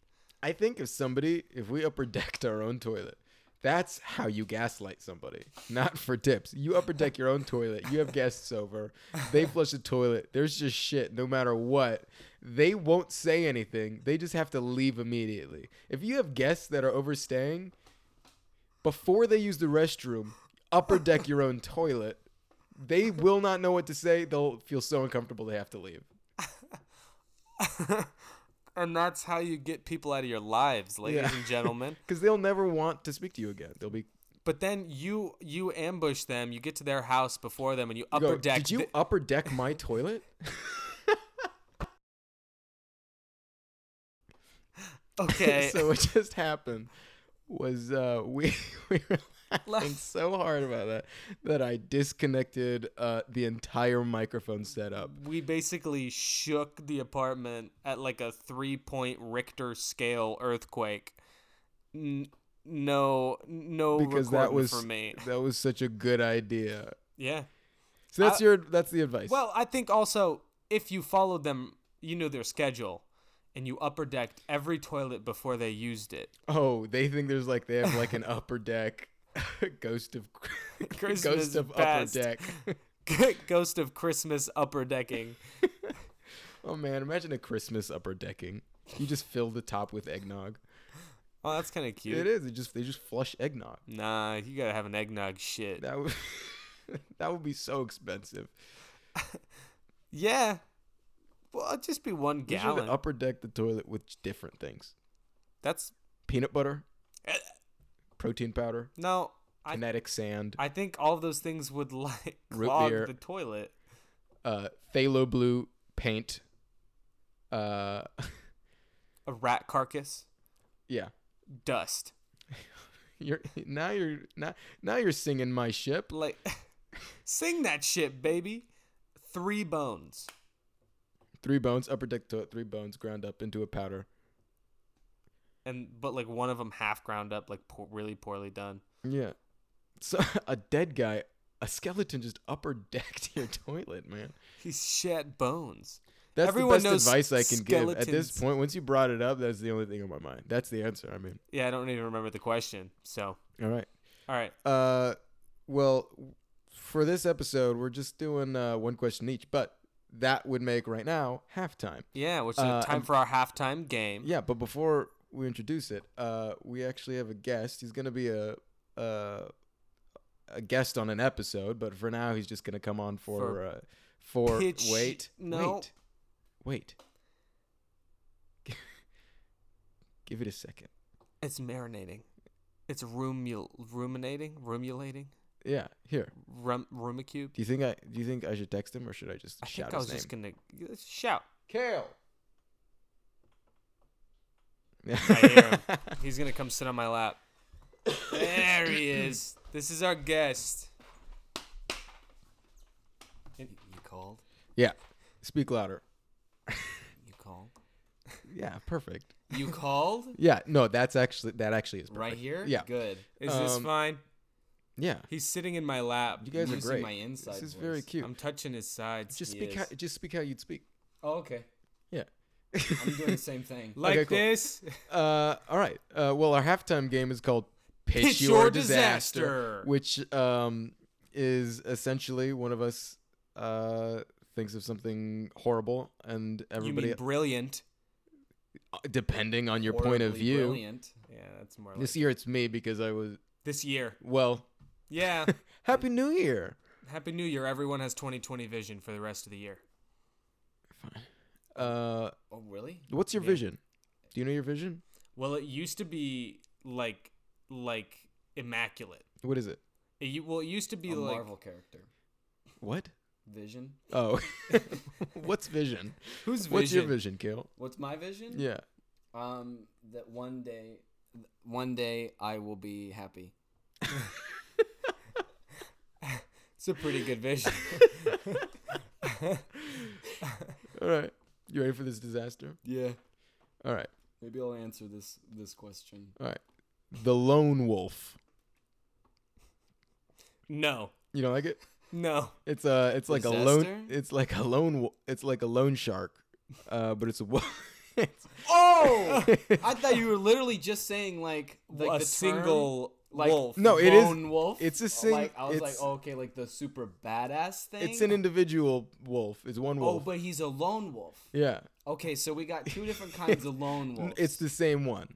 Speaker 1: I think if somebody, if we upper decked our own toilet, that's how you gaslight somebody. Not for tips. You upper deck your own toilet. You have guests over. They flush the toilet. There's just shit no matter what. They won't say anything. They just have to leave immediately. If you have guests that are overstaying, before they use the restroom, upper deck your own toilet. They will not know what to say. They'll feel so uncomfortable they have to leave.
Speaker 2: and that's how you get people out of your lives, ladies
Speaker 1: Yeah.
Speaker 2: and gentlemen.
Speaker 1: Because they'll never want to speak to you again. They'll be
Speaker 2: But then you you ambush them. You get to their house before them, and you
Speaker 1: you
Speaker 2: upper
Speaker 1: go,
Speaker 2: deck.
Speaker 1: Did you
Speaker 2: th-
Speaker 1: upper deck my toilet?
Speaker 2: okay.
Speaker 1: so what just happened was uh, we we were laughing
Speaker 2: Laugh.
Speaker 1: so hard about that that I disconnected uh, the entire microphone setup.
Speaker 2: we basically shook the apartment at like a three point Richter scale earthquake. N- no, no,
Speaker 1: Because that
Speaker 2: recording
Speaker 1: was
Speaker 2: for me.
Speaker 1: that was such a good idea.
Speaker 2: Yeah.
Speaker 1: So that's
Speaker 2: I-
Speaker 1: your that's the advice.
Speaker 2: Well, I think also if you followed them, you knew their schedule, and you upper decked every toilet before they used it.
Speaker 1: oh, they think there's like they have like an upper deck ghost of
Speaker 2: Christmas
Speaker 1: ghost of
Speaker 2: best.
Speaker 1: upper deck.
Speaker 2: Ghost of Christmas upper decking.
Speaker 1: Oh man, imagine a Christmas upper decking. You just fill the top with eggnog.
Speaker 2: Oh, that's kind of cute.
Speaker 1: It is. It just they just flush eggnog.
Speaker 2: Nah, you gotta have an eggnog shit.
Speaker 1: That would that would be so expensive.
Speaker 2: Yeah. Well, it'd just be one
Speaker 1: You should
Speaker 2: gallon.
Speaker 1: upper deck the toilet with different things:
Speaker 2: That's
Speaker 1: peanut butter,
Speaker 2: Eh.
Speaker 1: protein powder,
Speaker 2: no. I
Speaker 1: kinetic sand,
Speaker 2: I think all of those things would like
Speaker 1: Root
Speaker 2: clog
Speaker 1: beer.
Speaker 2: the toilet.
Speaker 1: uh, phthalo blue paint. Uh,
Speaker 2: A rat carcass,
Speaker 1: yeah.
Speaker 2: dust.
Speaker 1: You're now you're now now you're singing my ship.
Speaker 2: Like, sing that shit, baby. Three bones.
Speaker 1: Three bones, upper deck toilet, three bones ground up into a powder.
Speaker 2: and but like one of them half ground up, like po- really poorly done.
Speaker 1: Yeah. So a dead guy, a skeleton just upper decked your toilet, man.
Speaker 2: He's shat bones.
Speaker 1: That's
Speaker 2: Everyone
Speaker 1: the
Speaker 2: knows
Speaker 1: best advice I can give at this
Speaker 2: skeletons.
Speaker 1: point. Once you brought it up, that's the only thing on my mind. That's the answer. I mean,
Speaker 2: Yeah, I don't even remember the question. So,
Speaker 1: all right.
Speaker 2: all right,
Speaker 1: Uh, well, for this episode, we're just doing uh, one question each, but that would make right now halftime.
Speaker 2: yeah, which is
Speaker 1: Uh,
Speaker 2: time
Speaker 1: and-
Speaker 2: for our halftime game.
Speaker 1: Yeah, but before we introduce it, uh, we actually have a guest. He's gonna be a uh, a guest on an episode, but for now, he's just gonna come on for
Speaker 2: For
Speaker 1: uh, for
Speaker 2: pitch-
Speaker 1: wait
Speaker 2: no.
Speaker 1: wait wait. Give it a second.
Speaker 2: It's marinating. It's rumul ruminating, rumulating,
Speaker 1: Yeah, here.
Speaker 2: rum rumicube.
Speaker 1: Do you think I do you think I should text him or should I just
Speaker 2: I
Speaker 1: shout
Speaker 2: think I was
Speaker 1: his
Speaker 2: just
Speaker 1: name?
Speaker 2: gonna yeah, shout.
Speaker 1: Kale.
Speaker 2: I hear him. He's gonna come sit on my lap. There he is. This is our guest.
Speaker 3: You called.
Speaker 1: yeah. Speak louder.
Speaker 3: You called.
Speaker 1: Yeah, perfect.
Speaker 3: You called
Speaker 1: Yeah, no, that's actually that actually is perfect.
Speaker 3: right here.
Speaker 1: Yeah.
Speaker 3: Good.
Speaker 2: Is this
Speaker 1: Um,
Speaker 2: fine?
Speaker 1: Yeah.
Speaker 2: He's sitting in my lap.
Speaker 1: You guys are
Speaker 3: Using
Speaker 1: great.
Speaker 3: my inside
Speaker 1: this is very
Speaker 3: voice.
Speaker 1: cute.
Speaker 2: I'm touching his sides.
Speaker 1: just
Speaker 3: he
Speaker 1: speak how,
Speaker 3: is.
Speaker 1: just speak how you'd speak.
Speaker 3: Oh, okay.
Speaker 1: Yeah.
Speaker 3: I'm doing the same thing.
Speaker 2: like
Speaker 1: cool.
Speaker 2: this.
Speaker 1: Uh, all right. Uh, well, our halftime game is called Pitch,
Speaker 2: Pitch
Speaker 1: Your,
Speaker 2: Your
Speaker 1: disaster,
Speaker 2: Disaster.
Speaker 1: which um, is essentially one of us uh, thinks of something horrible, and
Speaker 2: you
Speaker 1: everybody, uh,
Speaker 2: mean brilliant?
Speaker 1: depending on your point of
Speaker 3: Horribly
Speaker 1: view.
Speaker 3: Brilliant.
Speaker 2: Yeah, that's more. Like
Speaker 1: This year it's me because I was
Speaker 2: this year.
Speaker 1: well.
Speaker 2: Yeah.
Speaker 1: Happy New Year.
Speaker 2: Happy New Year. Everyone has 2020 vision for the rest of the year.
Speaker 1: Uh,
Speaker 3: Oh, really?
Speaker 1: what's your
Speaker 2: Yeah.
Speaker 1: vision? Do you know your vision?
Speaker 2: Well, it used to be like like immaculate.
Speaker 1: What is it?
Speaker 2: It, u- well, it used to be
Speaker 3: A
Speaker 2: like
Speaker 3: Marvel character.
Speaker 1: What?
Speaker 3: Vision.
Speaker 1: Oh, what's vision?
Speaker 2: whose vision?
Speaker 1: What's your vision, Kale?
Speaker 3: What's my vision?
Speaker 1: Yeah.
Speaker 3: Um, that one day, one day I will be happy.
Speaker 2: It's a pretty good vision.
Speaker 1: All right. You ready for this disaster?
Speaker 3: Yeah.
Speaker 1: All right.
Speaker 3: Maybe I'll answer this this question.
Speaker 1: All right. The Lone Wolf.
Speaker 2: no,
Speaker 1: You don't like it?
Speaker 2: no.
Speaker 1: It's uh it's like a lone
Speaker 3: Disaster?
Speaker 1: it's like a lone wo- it's like a lone shark. Uh but it's a wolf
Speaker 3: Oh, I thought you were literally just saying like, like
Speaker 2: a
Speaker 3: the term,
Speaker 2: single
Speaker 3: like
Speaker 2: wolf.
Speaker 1: No, it is-
Speaker 3: lone wolf. Oh,
Speaker 1: it's a sing-
Speaker 3: Like, I was like,
Speaker 1: it's-
Speaker 3: oh, okay, like the super badass thing.
Speaker 1: It's an individual wolf. It's one
Speaker 3: oh,
Speaker 1: wolf.
Speaker 3: but he's a lone wolf.
Speaker 1: yeah,
Speaker 3: Okay, so we got two different kinds of lone wolves.
Speaker 1: it's the same one.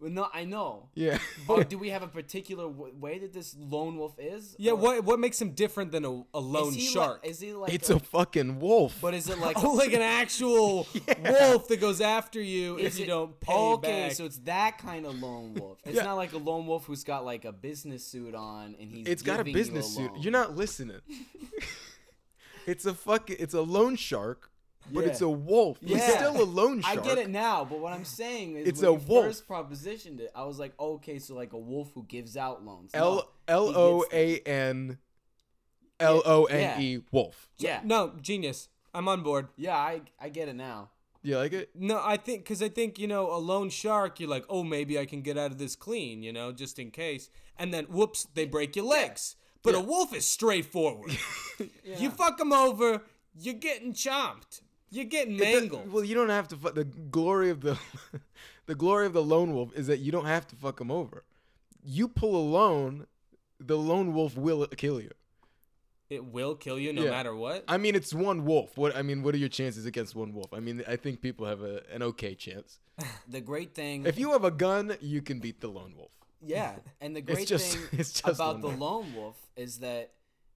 Speaker 3: Well, no, I know.
Speaker 1: Yeah.
Speaker 3: But do we have a particular w- way that this lone wolf is?
Speaker 2: Yeah,
Speaker 3: Or-
Speaker 2: what what makes him different than a, a
Speaker 3: is
Speaker 2: lone
Speaker 3: he like-
Speaker 2: shark?
Speaker 3: is he like?
Speaker 1: it's a fucking wolf.
Speaker 3: But is it like?
Speaker 2: oh, like an actual wolf that goes after you if
Speaker 3: Is
Speaker 2: you
Speaker 3: it- oh,
Speaker 2: don't pay
Speaker 3: okay,
Speaker 2: back.
Speaker 3: so it's that kind of lone wolf. It's
Speaker 1: Yeah.
Speaker 3: not like a lone wolf who's got like a business suit on and he's.
Speaker 1: it's got a
Speaker 3: giving you
Speaker 1: business suit.
Speaker 3: loan.
Speaker 1: You're not listening. it's a fucking. It's a loan shark, but it's
Speaker 3: Yeah.
Speaker 1: a wolf. It's
Speaker 3: Yeah.
Speaker 1: still a loan
Speaker 3: I
Speaker 1: shark.
Speaker 3: get it now, but what I'm saying is,
Speaker 1: It's
Speaker 3: when
Speaker 1: a
Speaker 3: you
Speaker 1: wolf.
Speaker 3: first propositioned it, I was like, okay, so like a wolf who gives out loans. No.
Speaker 1: L L O A N L O N E wolf.
Speaker 3: yeah,
Speaker 2: no, genius. I'm on board.
Speaker 3: yeah, I I get it now.
Speaker 1: You like it?
Speaker 2: No, I think because I think you know a lone shark. You're like, oh, maybe I can get out of this clean, you know, just in case. And then, whoops, they break your legs. But a wolf is straightforward. You fuck them over, you're getting chomped. You're getting
Speaker 1: It does-
Speaker 2: mangled.
Speaker 1: well, you don't have to. Fu- the glory of the, the glory of the lone wolf is that you don't have to fuck him over. You pull a loan, the lone wolf will kill you.
Speaker 2: it will kill you no
Speaker 1: Yeah.
Speaker 2: matter what.
Speaker 1: I mean, it's one wolf. What I mean, what are your chances against one wolf? I mean, I think people have a, an okay chance.
Speaker 3: The great thing,
Speaker 1: If you have a gun, you can beat the lone wolf.
Speaker 3: yeah, and the great
Speaker 1: just-
Speaker 3: thing
Speaker 1: it's just
Speaker 3: about
Speaker 1: lone
Speaker 3: the
Speaker 1: wolf.
Speaker 3: lone wolf is that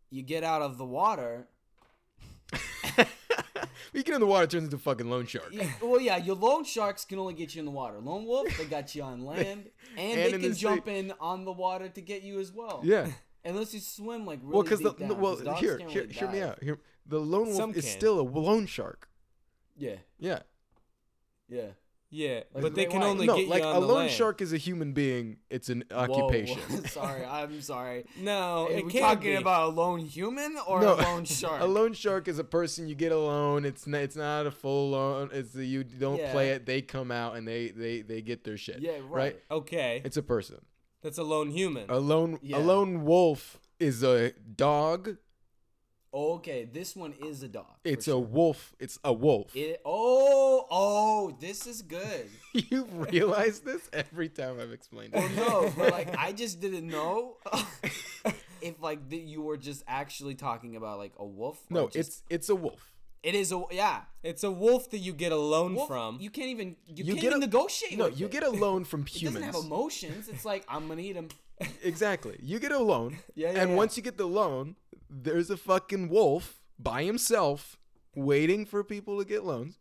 Speaker 3: you get out of the water.
Speaker 1: you get in the water, it turns into a fucking loan shark.
Speaker 3: Yeah, well, yeah, your lone sharks can only get you in the water. Lone wolf, they got you on land, and,
Speaker 1: And
Speaker 3: they
Speaker 1: in
Speaker 3: can
Speaker 1: the sea.
Speaker 3: jump in on the water to get you as well.
Speaker 1: Yeah.
Speaker 3: unless you swim like really
Speaker 1: Well, because the
Speaker 3: deep down,
Speaker 1: well
Speaker 3: 'cause dogs
Speaker 1: here
Speaker 3: can't
Speaker 1: here
Speaker 3: really
Speaker 1: hear me
Speaker 3: dive.
Speaker 1: out. Here, the lone wolf
Speaker 2: Some
Speaker 1: is
Speaker 2: can.
Speaker 1: still a loan shark.
Speaker 3: Yeah,
Speaker 1: Yeah.
Speaker 3: yeah.
Speaker 2: yeah,
Speaker 3: Like
Speaker 2: but they
Speaker 3: great
Speaker 2: can
Speaker 3: white.
Speaker 2: only
Speaker 1: no,
Speaker 2: get
Speaker 1: like
Speaker 2: you on
Speaker 1: a
Speaker 2: the
Speaker 1: loan
Speaker 2: land.
Speaker 1: shark is a human being. It's an
Speaker 3: Whoa,
Speaker 1: occupation.
Speaker 3: sorry, I'm sorry.
Speaker 2: No,
Speaker 3: Are
Speaker 2: it
Speaker 3: we
Speaker 2: can't
Speaker 3: talking
Speaker 2: be.
Speaker 3: about a lone human or
Speaker 1: No,
Speaker 3: a lone shark?
Speaker 1: A loan shark is a person you get a loan. It's not. It's not a full loan. It's the, you don't
Speaker 3: Yeah.
Speaker 1: play it. They come out and they they they get their shit.
Speaker 3: Yeah, right.
Speaker 2: okay,
Speaker 1: It's a person.
Speaker 2: that's a lone human.
Speaker 3: Oh.
Speaker 1: A lone
Speaker 3: Yeah.
Speaker 1: a lone wolf is a dog.
Speaker 3: Okay, this one is a dog. for
Speaker 1: It's
Speaker 3: sure.
Speaker 1: a wolf. It's a wolf.
Speaker 3: It, oh, oh, this is good.
Speaker 1: you realize this every time I've explained
Speaker 3: Well,
Speaker 1: it.
Speaker 3: no, but like I just didn't know if like that you were just actually talking about like a wolf. or
Speaker 1: No,
Speaker 3: just-
Speaker 1: it's it's a wolf.
Speaker 3: it is a yeah.
Speaker 2: it's a wolf that you get a loan
Speaker 3: Wolf,
Speaker 2: from.
Speaker 3: you can't even
Speaker 1: You
Speaker 3: you, can't
Speaker 1: get
Speaker 3: even
Speaker 1: a-
Speaker 3: negotiate.
Speaker 1: No,
Speaker 3: with
Speaker 1: you
Speaker 3: it.
Speaker 1: get a loan from
Speaker 3: It doesn't have
Speaker 1: humans.
Speaker 3: emotions. It's like I'm gonna eat him.
Speaker 1: exactly. You get a loan.
Speaker 3: Yeah, yeah,
Speaker 1: and
Speaker 3: yeah.
Speaker 1: once you get the loan, there's a fucking wolf by himself waiting for people to get loans.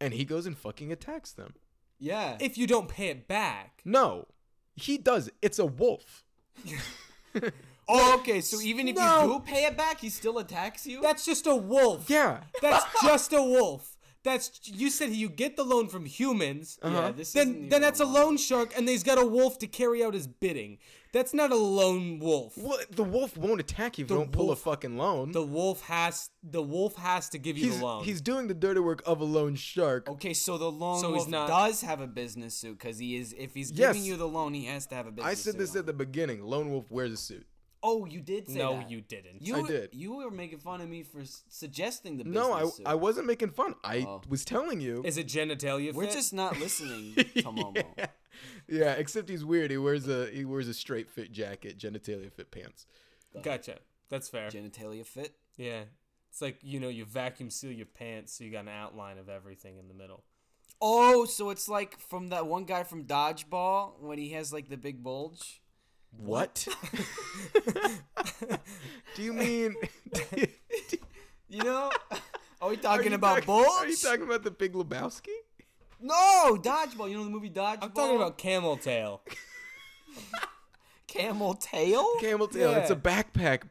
Speaker 1: And he goes and fucking attacks them.
Speaker 3: Yeah.
Speaker 2: if you don't pay it back,
Speaker 1: No. He does. it. It's a wolf.
Speaker 3: oh, okay. So even if
Speaker 2: No.
Speaker 3: you do pay it back, he still attacks you.
Speaker 2: that's just a wolf.
Speaker 1: Yeah.
Speaker 2: That's just a wolf. That's you said you get the loan from humans.
Speaker 1: Uh-huh.
Speaker 3: yeah. This isn't
Speaker 2: Then
Speaker 3: even
Speaker 2: then that's a
Speaker 3: wolf.
Speaker 2: loan shark and he's got a wolf to carry out his bidding. That's not a lone wolf.
Speaker 1: Well, the wolf won't attack you if
Speaker 2: The
Speaker 1: you don't pull a
Speaker 2: wolf-
Speaker 1: fucking loan.
Speaker 2: The wolf has the wolf has to give you
Speaker 1: he's,
Speaker 2: the loan.
Speaker 1: he's doing the dirty work of a loan shark.
Speaker 3: Okay, so the loan
Speaker 2: So he's
Speaker 3: wolf
Speaker 2: not-
Speaker 3: does have a business suit because he is. If he's
Speaker 1: Yes.
Speaker 3: giving you the loan, he has to have a business.
Speaker 1: I said
Speaker 3: suit
Speaker 1: this
Speaker 3: on.
Speaker 1: at the beginning. Lone wolf wears a suit.
Speaker 3: Oh, you did say
Speaker 2: no,
Speaker 3: that.
Speaker 2: you didn't.
Speaker 3: You
Speaker 1: I
Speaker 3: were-
Speaker 1: did.
Speaker 3: You were making fun of me for s- suggesting the business
Speaker 1: No, I
Speaker 3: suit.
Speaker 1: I wasn't making fun. I
Speaker 3: Oh.
Speaker 1: was telling you.
Speaker 2: Is it genitalia?
Speaker 3: We're
Speaker 2: fit?
Speaker 3: just not listening, Tomomo.
Speaker 1: yeah. Yeah, except he's weird. He wears a he wears a straight fit jacket, genitalia fit pants.
Speaker 2: gotcha. That's fair.
Speaker 3: Genitalia fit.
Speaker 2: yeah. It's like, you know, you vacuum seal your pants so you got an outline of everything in the middle.
Speaker 3: Oh, so it's like from that one guy from Dodgeball when he has like the big bulge.
Speaker 1: What? do you mean?
Speaker 3: You know? Are we
Speaker 1: Are
Speaker 3: talking
Speaker 1: you
Speaker 3: about
Speaker 1: talk-
Speaker 3: bulge?
Speaker 1: Are you talking about the Big Lebowski?
Speaker 3: no, Dodgeball. You know the movie Dodgeball.
Speaker 2: I'm talking about camel tail.
Speaker 3: camel tail.
Speaker 1: Camel Tail. It's a
Speaker 2: Yeah.
Speaker 1: backpack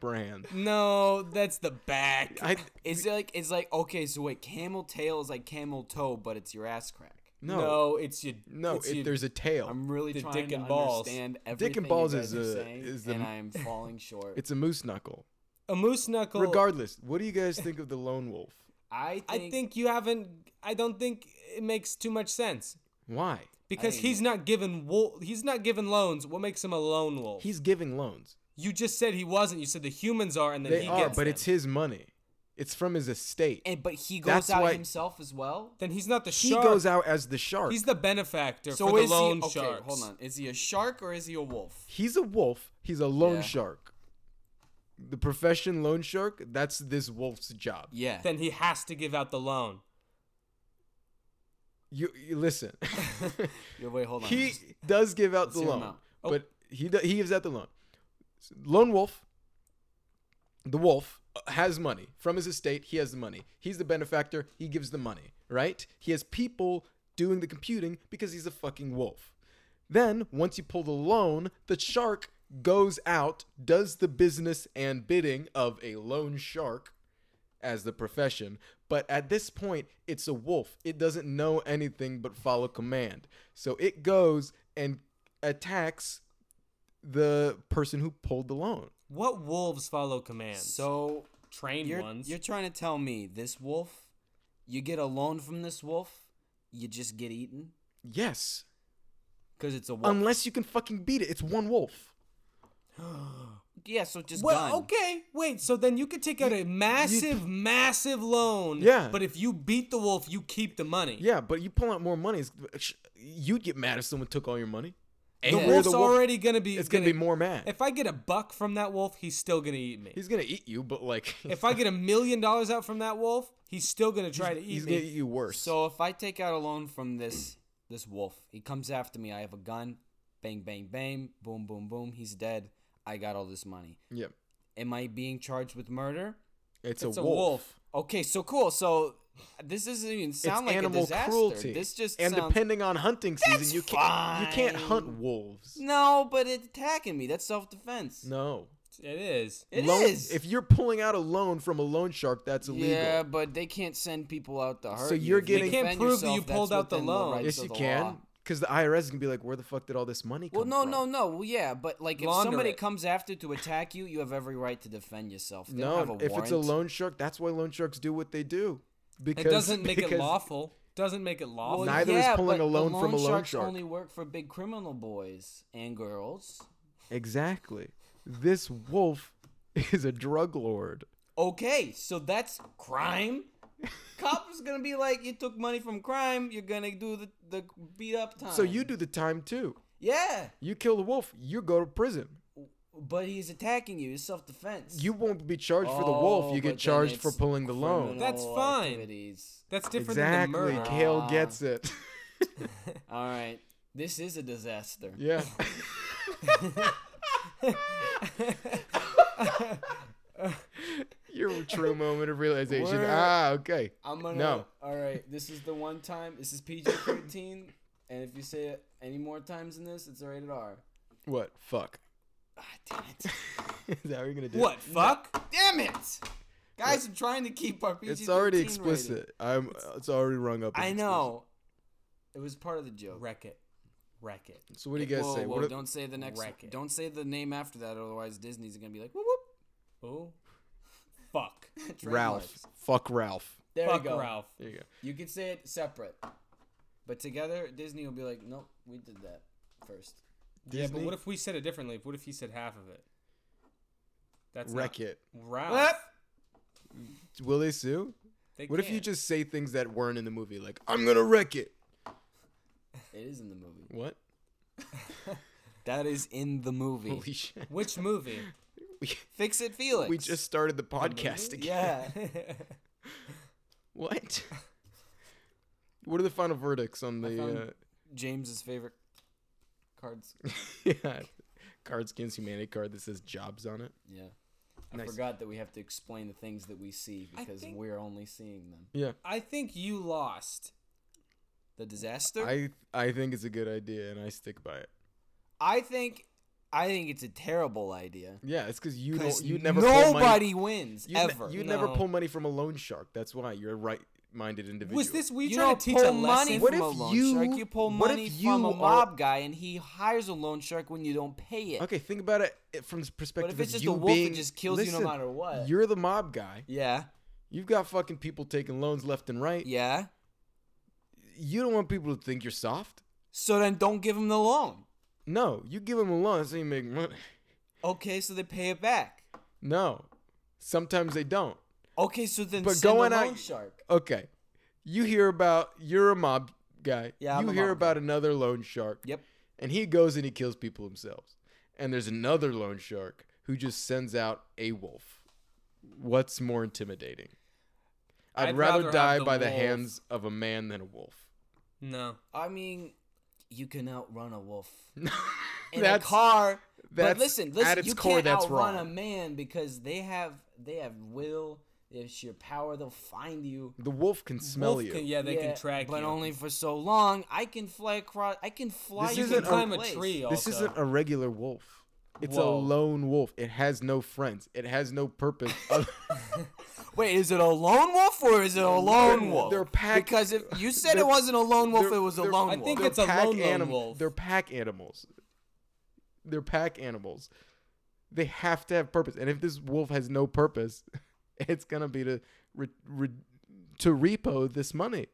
Speaker 1: brand.
Speaker 2: No, that's the back.
Speaker 1: I
Speaker 3: Is it like it's like okay, so wait, camel tail is like camel toe, but it's your ass crack.
Speaker 2: no.
Speaker 1: no
Speaker 2: it's your
Speaker 1: no.
Speaker 2: it's
Speaker 1: it,
Speaker 2: your-
Speaker 1: there's a tail.
Speaker 3: I'm really
Speaker 2: The
Speaker 3: trying
Speaker 2: dick
Speaker 3: to
Speaker 2: and balls.
Speaker 3: understand everything
Speaker 1: Dick and balls
Speaker 3: you guys
Speaker 1: is
Speaker 3: are
Speaker 1: a-
Speaker 3: saying,
Speaker 1: is the-
Speaker 3: and I'm falling short.
Speaker 1: it's a moose knuckle.
Speaker 2: a moose knuckle.
Speaker 1: Regardless, what do you guys think of the Lone Wolf?
Speaker 3: I think,
Speaker 2: I think you haven't. I don't think it makes too much sense
Speaker 1: Why?
Speaker 2: because
Speaker 3: I-
Speaker 2: he's not given wolf. He's not given loans. What makes him a lone wolf?
Speaker 1: He's giving loans.
Speaker 2: you just said he wasn't. You said the humans are, and then
Speaker 1: They
Speaker 2: he
Speaker 1: are,
Speaker 2: gets
Speaker 1: but
Speaker 2: them.
Speaker 1: it's his money. It's from his estate.
Speaker 3: And but he goes
Speaker 1: That's
Speaker 3: out
Speaker 1: why-
Speaker 3: himself as well.
Speaker 2: Then he's not the
Speaker 1: he
Speaker 2: shark.
Speaker 1: goes out as the shark.
Speaker 2: He's the benefactor
Speaker 3: So
Speaker 2: for the
Speaker 3: is
Speaker 2: loan
Speaker 3: he? Okay,
Speaker 2: sharks.
Speaker 3: hold on. Is he a shark or is he a wolf?
Speaker 1: He's a wolf. He's a loan
Speaker 3: Yeah.
Speaker 1: shark. The profession loan shark, that's this wolf's job.
Speaker 3: Yeah.
Speaker 2: Then he has to give out the loan.
Speaker 1: You, you listen.
Speaker 3: Yo, wait, hold on.
Speaker 1: he does give out the
Speaker 3: hear him
Speaker 1: loan,
Speaker 3: out.
Speaker 2: Oh.
Speaker 1: but he do, he gives out the loan. Lone Wolf, the wolf uh, has money from his estate. He has the money. He's the benefactor. He gives the money. Right? He has people doing the computing because he's a fucking wolf. Then once you pull the loan, the shark goes out, does the business and bidding of a loan shark as the profession, but at this point, it's a wolf. It doesn't know anything but follow command. So it goes and attacks the person who pulled the loan.
Speaker 2: What wolves follow commands?
Speaker 3: so
Speaker 2: trained
Speaker 3: you're
Speaker 2: ones.
Speaker 3: you're trying to tell me this wolf, you get a loan from this wolf, you just get eaten
Speaker 1: Yes.
Speaker 3: because it's a wolf.
Speaker 2: Um,
Speaker 1: Unless you can fucking beat it. It's one wolf.
Speaker 3: yeah, so just
Speaker 2: well,
Speaker 3: gun.
Speaker 2: okay, wait. So then you could take out a massive, massive loan.
Speaker 1: Yeah.
Speaker 2: But if you beat the wolf, you keep the money.
Speaker 1: Yeah, but you pull out more money. it's- You'd get mad if someone took all your money.
Speaker 2: The
Speaker 1: Angrier
Speaker 2: wolf's
Speaker 1: the wolf,
Speaker 2: already gonna be.
Speaker 1: It's going to be more mad.
Speaker 2: If I get a buck from that wolf, he's still gonna eat me.
Speaker 1: he's going to eat you, but like,
Speaker 2: If I get a million dollars out from that wolf, he's still gonna try to eat
Speaker 1: he's
Speaker 2: me.
Speaker 1: going to eat you worse.
Speaker 3: So if I take out a loan from this this wolf, he comes after me. I have a gun. Bang, bang, bang. Boom, boom, boom. He's dead. I got all this money.
Speaker 1: yeah,
Speaker 3: Am I being charged with murder?
Speaker 1: it's,
Speaker 2: It's
Speaker 1: a,
Speaker 2: a
Speaker 1: wolf.
Speaker 2: wolf.
Speaker 3: Okay, so cool. So this doesn't even sound
Speaker 1: it's
Speaker 3: like
Speaker 1: animal
Speaker 3: a disaster.
Speaker 1: cruelty.
Speaker 3: This just
Speaker 1: and
Speaker 3: sounds
Speaker 1: depending on hunting season, you can't you can't hunt wolves.
Speaker 3: no, but it's attacking me. That's self defense.
Speaker 1: No,
Speaker 2: It is.
Speaker 3: It is.
Speaker 1: Loan- If you're pulling out a loan from a loan shark, that's illegal.
Speaker 3: Yeah, but they can't send people out to hurt
Speaker 1: So
Speaker 3: you.
Speaker 1: you're
Speaker 3: If you
Speaker 1: getting- They
Speaker 2: can't
Speaker 3: defend
Speaker 2: prove that you
Speaker 3: that's
Speaker 2: pulled out the
Speaker 3: within
Speaker 2: loan.
Speaker 3: rights
Speaker 1: yes,
Speaker 3: of
Speaker 1: you
Speaker 3: the
Speaker 1: can,
Speaker 3: law.
Speaker 1: because the IRS can be like, "Where the fuck did all this money
Speaker 3: Well,
Speaker 1: come
Speaker 3: no,
Speaker 1: from?"
Speaker 3: no, no. Well, yeah, but like if
Speaker 2: Launder
Speaker 3: somebody
Speaker 2: it.
Speaker 3: comes after to attack you, you have every right to defend yourself. They don't
Speaker 1: no.
Speaker 3: have a
Speaker 1: If it's a
Speaker 3: warrant.
Speaker 1: loan shark, that's why loan sharks do what they do. Because
Speaker 2: it doesn't make it
Speaker 1: because-
Speaker 2: lawful. Doesn't make it lawful.
Speaker 3: Well,
Speaker 1: Neither is
Speaker 3: yeah,
Speaker 1: pulling
Speaker 3: but
Speaker 1: a loan
Speaker 3: the
Speaker 1: from a loan
Speaker 3: sharks
Speaker 1: shark.
Speaker 3: Only work for big criminal boys and girls.
Speaker 1: Exactly. This wolf is a drug lord.
Speaker 3: Okay, so that's crime. Cop is gonna be like, you took money from crime. You're gonna do the the beat up time.
Speaker 1: So you do the time too.
Speaker 3: Yeah,
Speaker 1: You kill the wolf, you go to prison.
Speaker 3: but he's attacking you. It's self defense.
Speaker 1: You won't be charged for the wolf.
Speaker 3: Oh,
Speaker 1: You
Speaker 3: but
Speaker 1: get
Speaker 3: then
Speaker 1: charged for
Speaker 3: it's
Speaker 1: pulling the loan.
Speaker 3: criminal
Speaker 2: That's fine.
Speaker 3: activities.
Speaker 2: That's different than the
Speaker 1: Exactly.
Speaker 2: murder.
Speaker 1: Kale
Speaker 3: Ah.
Speaker 1: gets it.
Speaker 3: All right, this is a disaster.
Speaker 1: yeah. Your true moment of realization.
Speaker 3: Where-
Speaker 1: Ah, okay.
Speaker 3: I'm gonna.
Speaker 1: No.
Speaker 3: All right, this is the one time. This is PG-13, and if you say it any more times than this, it's rated R.
Speaker 1: What? Fuck.
Speaker 3: Ah, damn it!
Speaker 1: Is that what you're gonna do?
Speaker 2: What? Fuck.
Speaker 3: Damn it! Guys, I'm trying to keep our PG-13
Speaker 1: It's already
Speaker 3: rating.
Speaker 1: explicit. I'm. uh, It's, already rung up. as
Speaker 3: I know. It was part of the joke.
Speaker 2: Wreck it. Wreck it.
Speaker 1: explicit. So what do you guys
Speaker 3: whoa,
Speaker 1: say?
Speaker 3: Whoa,
Speaker 1: What are-
Speaker 3: don't say the next.
Speaker 2: Wreck it.
Speaker 3: Don't say the name after that, otherwise Disney's gonna be like, whoop whoop.
Speaker 2: Oh. Fuck.
Speaker 1: Ralph.
Speaker 3: trademarks.
Speaker 1: Fuck Ralph.
Speaker 3: There
Speaker 2: Fuck
Speaker 3: you go.
Speaker 2: Ralph.
Speaker 1: There you go.
Speaker 3: You could say it separate, but together Disney will be like, nope, we did that first.
Speaker 2: Yeah, but
Speaker 1: Disney?
Speaker 2: what if we said it differently? What if he said half of it? That's not-
Speaker 1: Wreck it.
Speaker 2: Ralph.
Speaker 1: Will they sue?
Speaker 2: They
Speaker 1: What if you
Speaker 2: can't.
Speaker 1: just say things that weren't in the movie? Like I'm gonna wreck it.
Speaker 3: It is in the movie.
Speaker 1: What?
Speaker 3: That is in the movie.
Speaker 1: Holy shit.
Speaker 2: Which movie?
Speaker 1: We,
Speaker 3: Fix it, Felix.
Speaker 1: we just started the podcast again.
Speaker 3: yeah.
Speaker 1: What? what are the final verdicts on the?
Speaker 3: found-
Speaker 1: uh,
Speaker 3: James's favorite cards.
Speaker 1: yeah. Cards Against Humanity card that says jobs on it.
Speaker 3: Yeah. I
Speaker 1: Nice.
Speaker 3: forgot that we have to explain the things that we see
Speaker 2: I
Speaker 3: because
Speaker 2: think-
Speaker 3: we're only seeing them.
Speaker 1: Yeah.
Speaker 2: I think you lost.
Speaker 3: The disaster. I,
Speaker 1: I I think it's a good idea and I stick by it.
Speaker 3: think, I think it's a terrible idea.
Speaker 1: Yeah, it's because you
Speaker 3: Because
Speaker 1: don't you never pull money,
Speaker 3: nobody wins
Speaker 1: you
Speaker 3: ever.
Speaker 1: you never
Speaker 2: No.
Speaker 1: pull money from a loan shark. That's why you're a right-minded individual.
Speaker 2: Was this we
Speaker 3: you
Speaker 2: trying
Speaker 3: don't
Speaker 2: to teach
Speaker 3: pull
Speaker 2: a
Speaker 3: money
Speaker 2: lesson?
Speaker 1: What
Speaker 3: from a
Speaker 1: if
Speaker 3: loan
Speaker 1: you-
Speaker 3: shark. You pull
Speaker 1: what if
Speaker 3: money
Speaker 1: you
Speaker 3: from a
Speaker 1: are-
Speaker 3: mob guy, and he hires a loan shark when you don't pay it.
Speaker 1: Okay, think about it it from the perspective
Speaker 3: it's
Speaker 1: of
Speaker 3: just
Speaker 1: you
Speaker 3: a wolf, it
Speaker 1: being-
Speaker 3: just kills you no
Speaker 1: listen,
Speaker 3: matter what.
Speaker 1: You're the mob guy.
Speaker 3: Yeah,
Speaker 1: You've got fucking people taking loans left and right.
Speaker 3: yeah.
Speaker 1: You don't want people to think you're soft.
Speaker 3: So then, don't give him the loan.
Speaker 1: No, you give them a loan so you make money.
Speaker 3: Okay, so they pay it back.
Speaker 1: No. Sometimes they don't.
Speaker 3: Okay, so then
Speaker 1: But
Speaker 3: send
Speaker 1: going
Speaker 3: a loan
Speaker 1: out-
Speaker 3: shark.
Speaker 1: Okay. You hear about you're a mob guy.
Speaker 3: Yeah, I'm
Speaker 1: you
Speaker 3: a
Speaker 1: hear
Speaker 3: mob
Speaker 1: about another loan shark.
Speaker 3: Yep.
Speaker 1: And he goes and he kills people himself. And there's another loan shark who just sends out a wolf. What's more intimidating? I'd,
Speaker 2: I'd
Speaker 1: rather,
Speaker 2: rather have
Speaker 1: die
Speaker 2: the
Speaker 1: by the
Speaker 2: wolf.
Speaker 1: hands of a man than a wolf.
Speaker 2: No.
Speaker 3: I mean, you can outrun a wolf in
Speaker 1: that's
Speaker 3: a car.
Speaker 1: that's-
Speaker 3: but listen,
Speaker 1: at
Speaker 3: listen,
Speaker 1: its
Speaker 3: you
Speaker 1: core,
Speaker 3: can't
Speaker 1: that's
Speaker 3: outrun
Speaker 1: wrong.
Speaker 3: a man because they have they have will, they have sheer power. They'll find you.
Speaker 1: the wolf can smell
Speaker 2: Wolf
Speaker 1: you.
Speaker 2: can- yeah, they
Speaker 3: Yeah,
Speaker 2: can track
Speaker 3: but
Speaker 2: you.
Speaker 3: only for so long. I can fly across. I can fly.
Speaker 1: This
Speaker 3: you
Speaker 1: isn't
Speaker 3: can
Speaker 1: a-
Speaker 3: climb
Speaker 2: Climb a tree.
Speaker 1: this
Speaker 2: also.
Speaker 1: isn't a regular wolf. It's
Speaker 2: Whoa.
Speaker 1: a lone wolf. It has no friends. It has no purpose. other-
Speaker 3: Wait, is it a lone wolf or is it a lone
Speaker 1: They're-
Speaker 3: wolf?
Speaker 1: they're pack-
Speaker 3: Because if you said
Speaker 1: they're-
Speaker 3: it wasn't a lone wolf,
Speaker 1: they're-
Speaker 3: it was a
Speaker 1: they're-
Speaker 3: lone
Speaker 1: I
Speaker 3: wolf.
Speaker 2: think
Speaker 1: They're
Speaker 2: it's a
Speaker 1: pack
Speaker 2: lone lone
Speaker 1: anim-
Speaker 2: wolf.
Speaker 1: They're pack animals. They're pack animals. They have to have purpose. And if this wolf has no purpose, it's gonna be to re- re- to repo this money.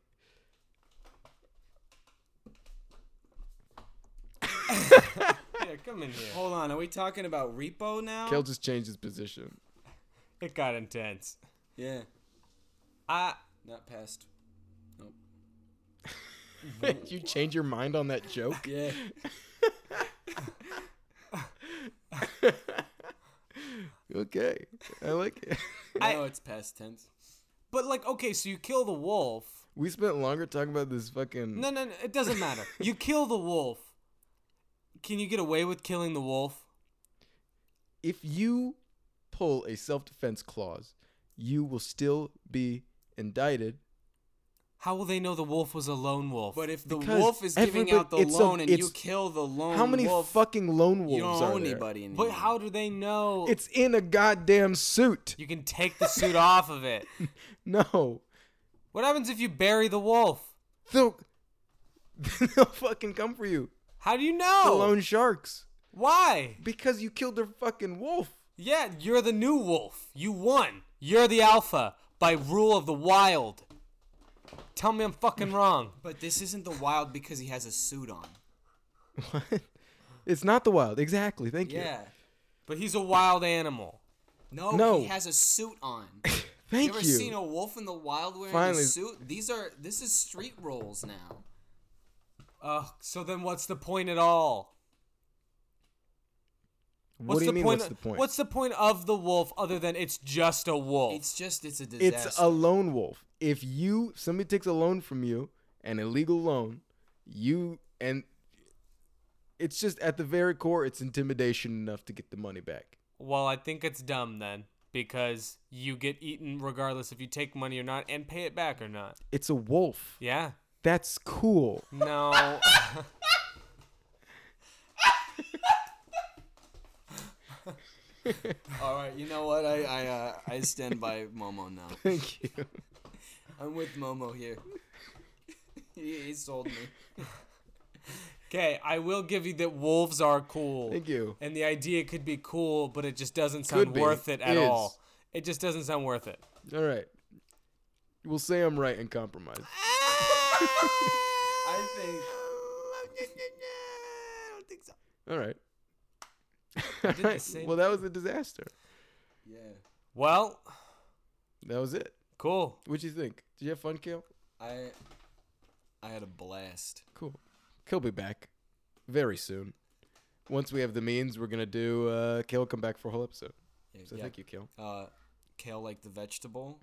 Speaker 2: Yeah, come in here.
Speaker 3: Hold on, are we talking about repo now?
Speaker 1: Kale just changed his position.
Speaker 2: It got intense.
Speaker 3: yeah,
Speaker 2: I
Speaker 3: not past.
Speaker 1: Did you change your mind on that joke?
Speaker 3: Yeah.
Speaker 1: Okay, I like it.
Speaker 3: I know it's past tense.
Speaker 2: But like, okay, so you kill the wolf.
Speaker 1: We spent longer talking about this fucking.
Speaker 2: No, no, no it doesn't matter. you kill the wolf. Can you get away with killing the wolf?
Speaker 1: If you pull a self-defense clause, you will still be indicted
Speaker 2: How will they know the wolf was a lone wolf?
Speaker 3: But if the
Speaker 1: Because
Speaker 3: wolf is giving out the
Speaker 1: everybody- it's a-
Speaker 3: loan and you
Speaker 1: it's-
Speaker 3: kill the lone
Speaker 1: How many
Speaker 3: wolf,
Speaker 1: fucking lone wolves
Speaker 3: you don't
Speaker 1: are
Speaker 3: own
Speaker 1: there?
Speaker 3: anybody anymore.
Speaker 2: but how do they know?
Speaker 1: It's in a goddamn suit.
Speaker 2: you can take the suit off of it.
Speaker 1: No,
Speaker 2: What happens if you bury the wolf?
Speaker 1: they'll they'll fucking come for you.
Speaker 2: How do you
Speaker 1: The
Speaker 2: know?
Speaker 1: lone sharks
Speaker 2: Why?
Speaker 1: because you killed their fucking wolf.
Speaker 2: Yeah, you're the new wolf. You won. You're the alpha by rule of the wild. Tell me I'm fucking wrong.
Speaker 3: But this isn't the wild because he has a suit on.
Speaker 1: What? It's not the wild. Exactly. Thank
Speaker 3: Yeah.
Speaker 2: But he's a wild animal.
Speaker 3: No,
Speaker 1: No.
Speaker 3: he has a suit on.
Speaker 1: you.
Speaker 3: you
Speaker 1: Thank
Speaker 3: ever
Speaker 1: you.
Speaker 3: seen a wolf in the wild wearing
Speaker 1: Finally.
Speaker 3: a suit? These are this is street rules now.
Speaker 2: Ugh, so then what's the point at all?
Speaker 1: what do
Speaker 2: the
Speaker 1: you mean?
Speaker 2: point
Speaker 1: what's the point?
Speaker 2: What's the point of the wolf other than it's just a wolf?
Speaker 3: It's just it's a disaster.
Speaker 1: Oh. it's a lone wolf. If you somebody takes a loan from you, an illegal loan, you and it's just at the very core, it's intimidation enough to get the money back.
Speaker 2: well, I think it's dumb then because you get eaten regardless if you take money or not and pay it back or not.
Speaker 1: It's a wolf.
Speaker 2: Yeah.
Speaker 1: That's cool.
Speaker 2: No.
Speaker 3: All right, you know what? I I uh, I stand by Momo now.
Speaker 1: Thank you.
Speaker 3: I'm with Momo here. he, he sold me.
Speaker 2: Okay, I will give you that wolves are cool.
Speaker 1: Thank you.
Speaker 2: And the idea could be cool, but it just doesn't sound
Speaker 1: Could be.
Speaker 2: worth it at
Speaker 1: Is.
Speaker 2: all. It just doesn't sound worth it.
Speaker 1: All right. We'll say I'm right and compromise.
Speaker 3: I think
Speaker 1: All right.
Speaker 2: the
Speaker 1: All right.
Speaker 2: same
Speaker 1: Well, that was a disaster.
Speaker 3: yeah.
Speaker 2: Well,
Speaker 1: That was it.
Speaker 2: cool.
Speaker 1: What'd you think? Did you have fun, Kale?
Speaker 3: I I had a blast.
Speaker 1: Cool. Kale will be back very soon. Once we have the means, we're gonna do uh, Kale will come back for a whole episode.
Speaker 3: Yeah,
Speaker 1: So
Speaker 3: yeah.
Speaker 1: thank you, Kale.
Speaker 3: Uh, kale like the vegetable.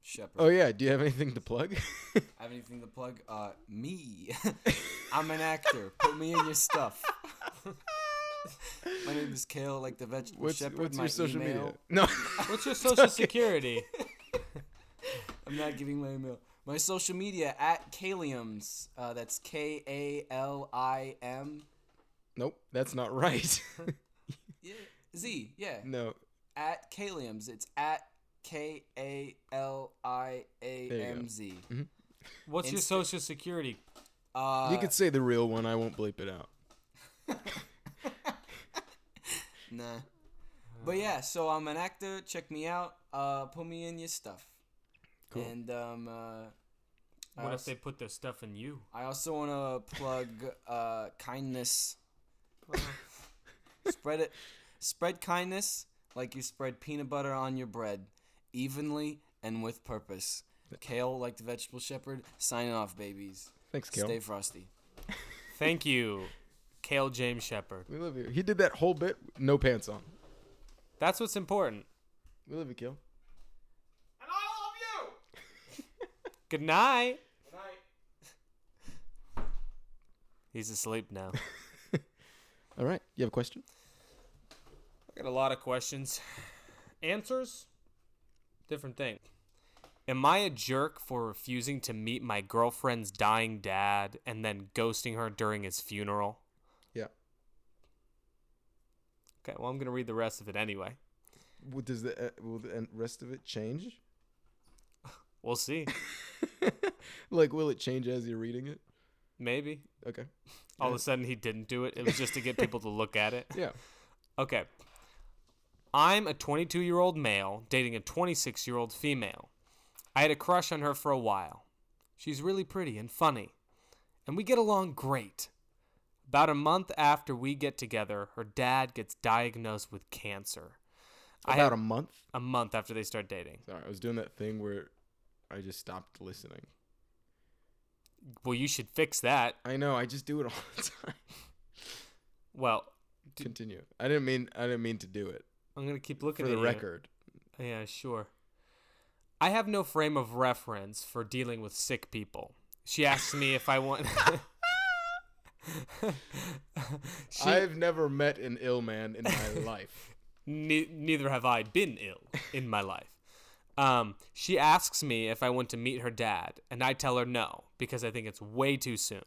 Speaker 3: Shepherd.
Speaker 1: Oh yeah. Do you have anything to plug?
Speaker 3: I have anything to plug? Uh, me. I'm an actor. Put me in your stuff. My name is Kale, like the vegetable
Speaker 1: what's
Speaker 3: shepherd.
Speaker 1: what's
Speaker 3: My
Speaker 1: your social
Speaker 3: email-
Speaker 1: media? No.
Speaker 2: What's your social security?
Speaker 3: I'm not giving my email. My social media at Kaliums. Uh, that's K A L I M
Speaker 1: nope. That's not right.
Speaker 3: Z. Yeah.
Speaker 1: no.
Speaker 3: At Kaliums. It's at K A L I A M Z.
Speaker 2: What's your
Speaker 3: Insta-
Speaker 2: social security?
Speaker 3: Uh,
Speaker 1: You could say the real one. I won't bleep it out. Uh,
Speaker 3: Nah. But yeah, so I'm an actor. Check me out. Uh, put me in your stuff.
Speaker 1: Cool.
Speaker 3: And um, uh, I,
Speaker 2: What if
Speaker 3: also,
Speaker 2: they put their stuff in you?
Speaker 3: I also want to plug uh, kindness. spread it. Spread kindness like you spread peanut butter on your bread, evenly and with purpose. Kale, like the vegetable shepherd, signing off, babies.
Speaker 1: Thanks, Kale.
Speaker 3: Stay frosty.
Speaker 2: Thank you, Kale James Shepard.
Speaker 1: We love you. He did that whole bit, with no pants on.
Speaker 2: That's what's important.
Speaker 1: We love you, Kale.
Speaker 4: And I love you!
Speaker 2: Good night.
Speaker 4: Good night.
Speaker 2: He's asleep now.
Speaker 1: All right. You have a question?
Speaker 2: I got a lot of questions. Answers? Different thing. Am I a jerk for refusing to meet my girlfriend's dying dad and then ghosting her during his funeral?
Speaker 1: Yeah.
Speaker 2: Okay, well, I'm going to read the rest of it anyway.
Speaker 1: What does the uh, will the and rest of it change?
Speaker 2: We'll see.
Speaker 1: like, will it change as you're reading it?
Speaker 2: Maybe.
Speaker 1: Okay.
Speaker 2: All of a sudden, he didn't do it. It was just to get people to look at it.
Speaker 1: Yeah.
Speaker 2: Okay. I'm a 22 year old male dating a 26 year old female. I had a crush on her for a while. She's really pretty and funny, and we get along great. About a month after we get together, her dad gets diagnosed with cancer. I
Speaker 1: About
Speaker 2: had
Speaker 1: a month.
Speaker 2: a month after they start dating.
Speaker 1: Sorry, I was doing that thing where I just stopped listening.
Speaker 2: Well, you should fix that.
Speaker 1: I know. I just do it all the time.
Speaker 2: Well,
Speaker 1: Continue. I didn't mean. I didn't mean to do it.
Speaker 2: I'm going to keep looking
Speaker 1: for the
Speaker 2: at you.
Speaker 1: record.
Speaker 2: Yeah, sure. I have no frame of reference for dealing with sick people. She asks me if I want. she,
Speaker 1: I've never met an ill man in my life.
Speaker 2: ne- neither have I been ill in my life. Um, she asks me if I want to meet her dad, and I tell her no because I think it's way too soon.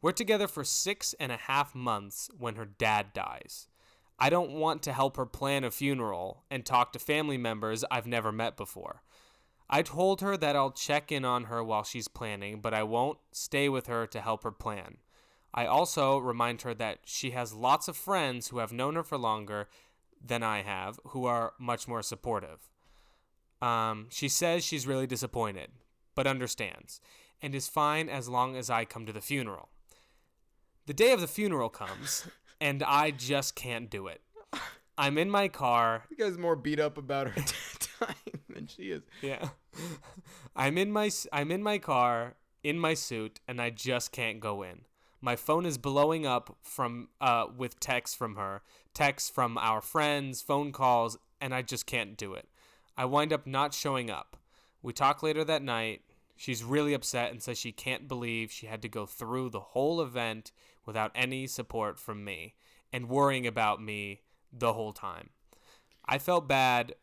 Speaker 2: We're together for six and a half months when her dad dies. I don't want to help her plan a funeral and talk to family members I've never met before. I told her that I'll check in on her while she's planning, but I won't stay with her to help her plan. I also remind her that she has lots of friends who have known her for longer than I have, who are much more supportive. Um, she says she's really disappointed, but understands, and is fine as long as I come to the funeral. The day of the funeral comes, and I just can't do it. I'm in my car,
Speaker 1: You guys more beat up about her time than she is.
Speaker 2: yeah. I'm in my s- I'm in my car in my suit and I just can't go in. My phone is blowing up from uh with texts from her, texts from our friends, phone calls, and I just can't do it. I wind up not showing up. We talk later that night. She's really upset and says she can't believe she had to go through the whole event without any support from me and worrying about me the whole time. I felt bad,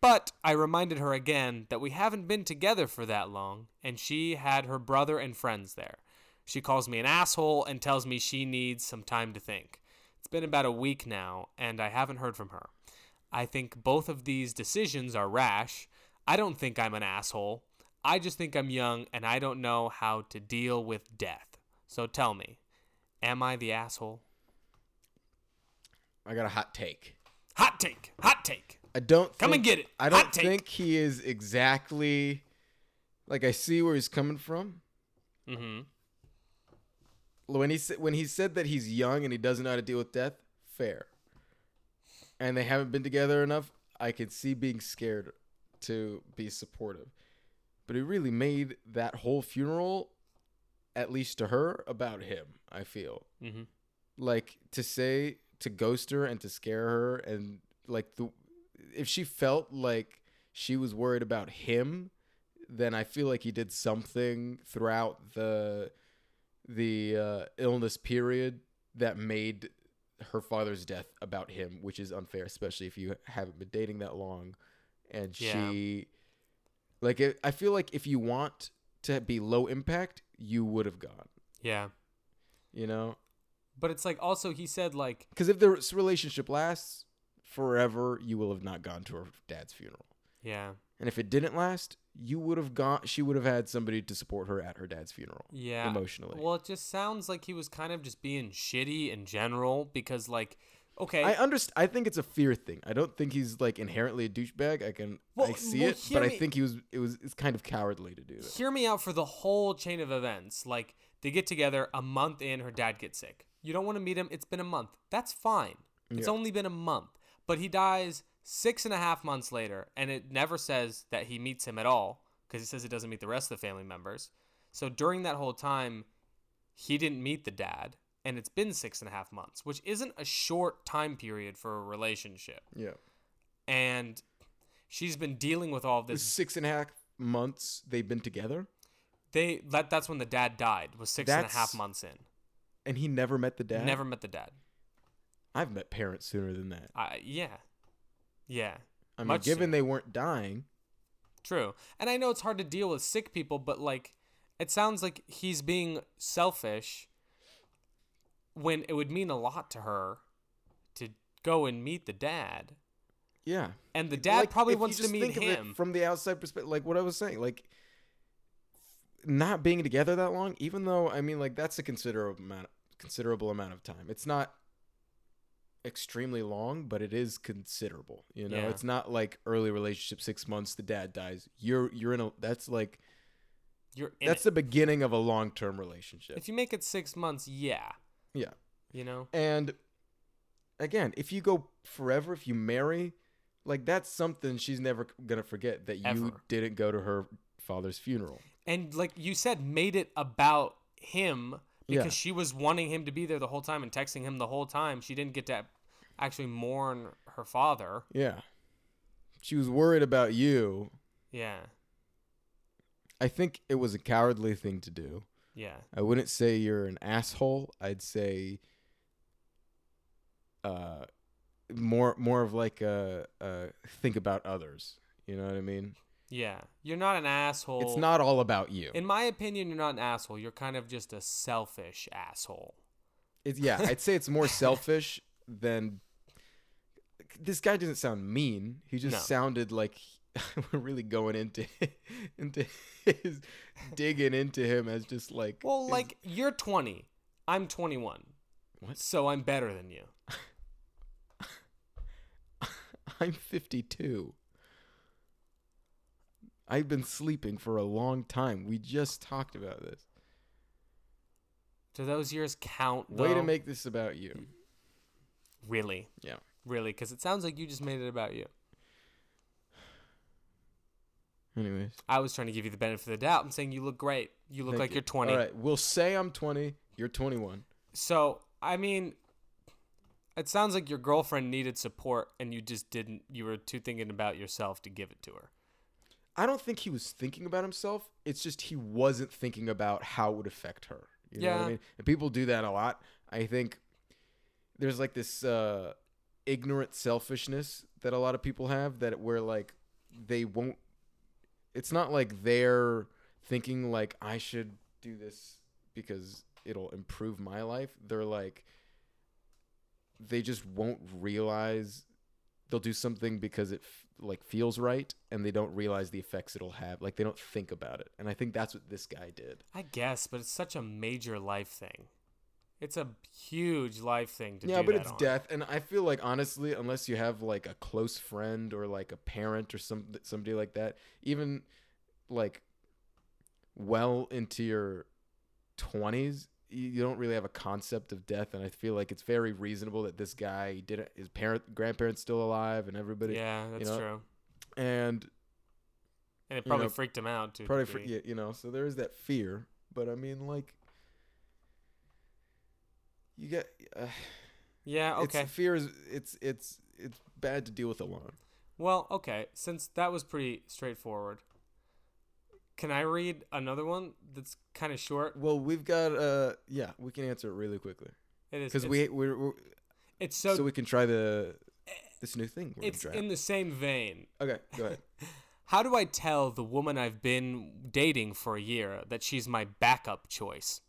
Speaker 2: but I reminded her again that we haven't been together for that long, and she had her brother and friends there. She calls me an asshole and tells me she needs some time to think. It's been about a week now, and I haven't heard from her. I think both of these decisions are rash. I don't think I'm an asshole. I just think I'm young and I don't know how to deal with death. So tell me, am I the asshole?
Speaker 1: I got a hot take.
Speaker 2: Hot take! Hot take!
Speaker 1: I don't
Speaker 2: Come and
Speaker 1: think-
Speaker 2: get it.
Speaker 1: I don't
Speaker 2: Hot take.
Speaker 1: think he is exactly like I see where he's coming from.
Speaker 2: Mm
Speaker 1: When he said when he said that he's young and he doesn't know how to deal with death, fair. And they haven't been together enough. I could see being scared to be supportive, but it really made that whole funeral, at least to her, about him. I feel
Speaker 2: hmm. Mm hmm.
Speaker 1: like to say to ghost her and to scare her and like the if she felt like she was worried about him then i feel like he did something throughout the the uh, illness period that made her father's death about him which is unfair especially if you haven't been dating that long and
Speaker 2: Yeah.
Speaker 1: she like it, i feel like if you want to be low impact you would have gone
Speaker 2: Yeah.
Speaker 1: you know
Speaker 2: But it's like also he said like
Speaker 1: Because if this relationship lasts forever, you will have not gone to her dad's funeral.
Speaker 2: yeah
Speaker 1: And if it didn't last, you would have gone. She would have had somebody to support her at her dad's funeral
Speaker 2: yeah
Speaker 1: emotionally.
Speaker 2: Well, it just sounds like he was kind of just being shitty in general because like okay
Speaker 1: I underst- I think it's a fear thing. I don't think he's like inherently a douchebag. I can I
Speaker 2: Well,
Speaker 1: see
Speaker 2: well,
Speaker 1: it,
Speaker 2: hear
Speaker 1: but I
Speaker 2: me-
Speaker 1: think he was it was it's kind of cowardly to do that.
Speaker 2: hear me out for the whole chain of events like they get together a month in her dad gets sick you don't want to meet him it's been a month that's fine it's
Speaker 1: Yeah.
Speaker 2: only been a month but he dies Six and a half months later, and it never says that he meets him at all because it says it doesn't meet the rest of the family members. So during that whole time, he didn't meet the dad, and it's been six and a half months, which isn't a short time period for a relationship.
Speaker 1: Yeah.
Speaker 2: And she's been dealing with all of this.
Speaker 1: Six and a half months they've been together,
Speaker 2: They that that's when the dad died was six and a half
Speaker 1: That's-
Speaker 2: months in.
Speaker 1: and he never met the dad.
Speaker 2: Never met the dad.
Speaker 1: I've met parents sooner than that.
Speaker 2: I yeah, yeah.
Speaker 1: I mean,
Speaker 2: Much
Speaker 1: given
Speaker 2: sooner.
Speaker 1: they weren't dying,
Speaker 2: True. And I know it's hard to deal with sick people, but like it sounds like he's being selfish when it would mean a lot to her to go and meet the dad.
Speaker 1: yeah.
Speaker 2: And the dad
Speaker 1: Like,
Speaker 2: probably
Speaker 1: if you
Speaker 2: wants to
Speaker 1: just
Speaker 2: meet
Speaker 1: think of it
Speaker 2: him.
Speaker 1: from the outside perspective. Like what I was saying, like not being together that long, even though I mean, like that's a considerable amount, considerable amount of time. It's not extremely long, but it is considerable. You know,
Speaker 2: Yeah.
Speaker 1: it's not like early relationship six months. The dad dies. You're you're in a that's like
Speaker 2: You're in
Speaker 1: that's
Speaker 2: it.
Speaker 1: the beginning of a long term relationship.
Speaker 2: If you make it 6 months, yeah,
Speaker 1: yeah,
Speaker 2: you know.
Speaker 1: and again, if you go forever, if you marry, like that's something she's never gonna forget that you
Speaker 2: Ever.
Speaker 1: didn't go to her father's funeral.
Speaker 2: And like you said made it about him
Speaker 1: Yeah.
Speaker 2: because she was wanting him to be there the whole time and texting him the whole time. She didn't get to actually mourn her father.
Speaker 1: Yeah. She was worried about you.
Speaker 2: Yeah.
Speaker 1: I think it was a cowardly thing to do.
Speaker 2: Yeah.
Speaker 1: I wouldn't say you're an asshole. I'd say uh more more of like a uh think about others. You know what I mean?
Speaker 2: Yeah. You're not an asshole.
Speaker 1: It's not all about you.
Speaker 2: In my opinion, you're not an asshole. You're kind of just a selfish asshole.
Speaker 1: It's yeah, I'd say it's more selfish than this guy doesn't sound mean. He just
Speaker 2: No.
Speaker 1: sounded like we're really going into into his digging into him as just like
Speaker 2: Well,
Speaker 1: his-
Speaker 2: like you're 20, I'm 21.
Speaker 1: What?
Speaker 2: So I'm better than you.
Speaker 1: I'm 52. I've been sleeping for a long time. We just talked about this.
Speaker 2: Do those years count?
Speaker 1: Way to
Speaker 2: though?
Speaker 1: make this about you.
Speaker 2: really,
Speaker 1: Yeah.
Speaker 2: really, because it sounds like you just made it about you.
Speaker 1: Anyways,
Speaker 2: I was trying to give you the benefit of the doubt. I'm saying you look great. You look like
Speaker 1: thank you.
Speaker 2: you. are 20.
Speaker 1: All right, we'll say I'm 20. You're 21.
Speaker 2: So I mean, it sounds like your girlfriend needed support, and you just didn't. You were too thinking about yourself to give it to her.
Speaker 1: I don't think he was thinking about himself. It's just he wasn't thinking about how it would affect her. You know what
Speaker 2: Yeah.
Speaker 1: I mean? And people do that a lot. I think there's like this uh, ignorant selfishness that a lot of people have that where like they won't. It's not like they're thinking like I should do this because it'll improve my life. They're like they just won't realize they'll do something because it f- like feels right and they don't realize the effects it'll have like they don't think about it and i think that's what this guy did
Speaker 2: I guess, but it's such a major life thing. It's a huge life thing to
Speaker 1: yeah
Speaker 2: do.
Speaker 1: but
Speaker 2: that
Speaker 1: it's
Speaker 2: on.
Speaker 1: death and i feel like honestly unless you have like a close friend or like a parent or some somebody like that even like well into your 20s you you don't really have a concept of death and i feel like it's very reasonable that this guy didn't his parent grandparents still alive and everybody
Speaker 2: Yeah, that's
Speaker 1: know,
Speaker 2: true.
Speaker 1: and
Speaker 2: And it
Speaker 1: you
Speaker 2: probably
Speaker 1: know,
Speaker 2: freaked him out too.
Speaker 1: probably for, yeah, you know so there is that fear but i mean like you get uh,
Speaker 2: yeah. Okay.
Speaker 1: it's, fear is it's it's it's bad to deal with alone
Speaker 2: Well, okay. Since that was pretty straightforward, can I read another one that's kind of short?
Speaker 1: well we've got uh yeah we can answer it really quickly
Speaker 2: It is
Speaker 1: because
Speaker 2: it's-
Speaker 1: we we're, we're
Speaker 2: It's so,
Speaker 1: so, we can try the this new thing we're
Speaker 2: it's
Speaker 1: gonna try
Speaker 2: in the same vein.
Speaker 1: okay go ahead
Speaker 2: How do I tell the woman I've been dating for a year that she's my backup choice?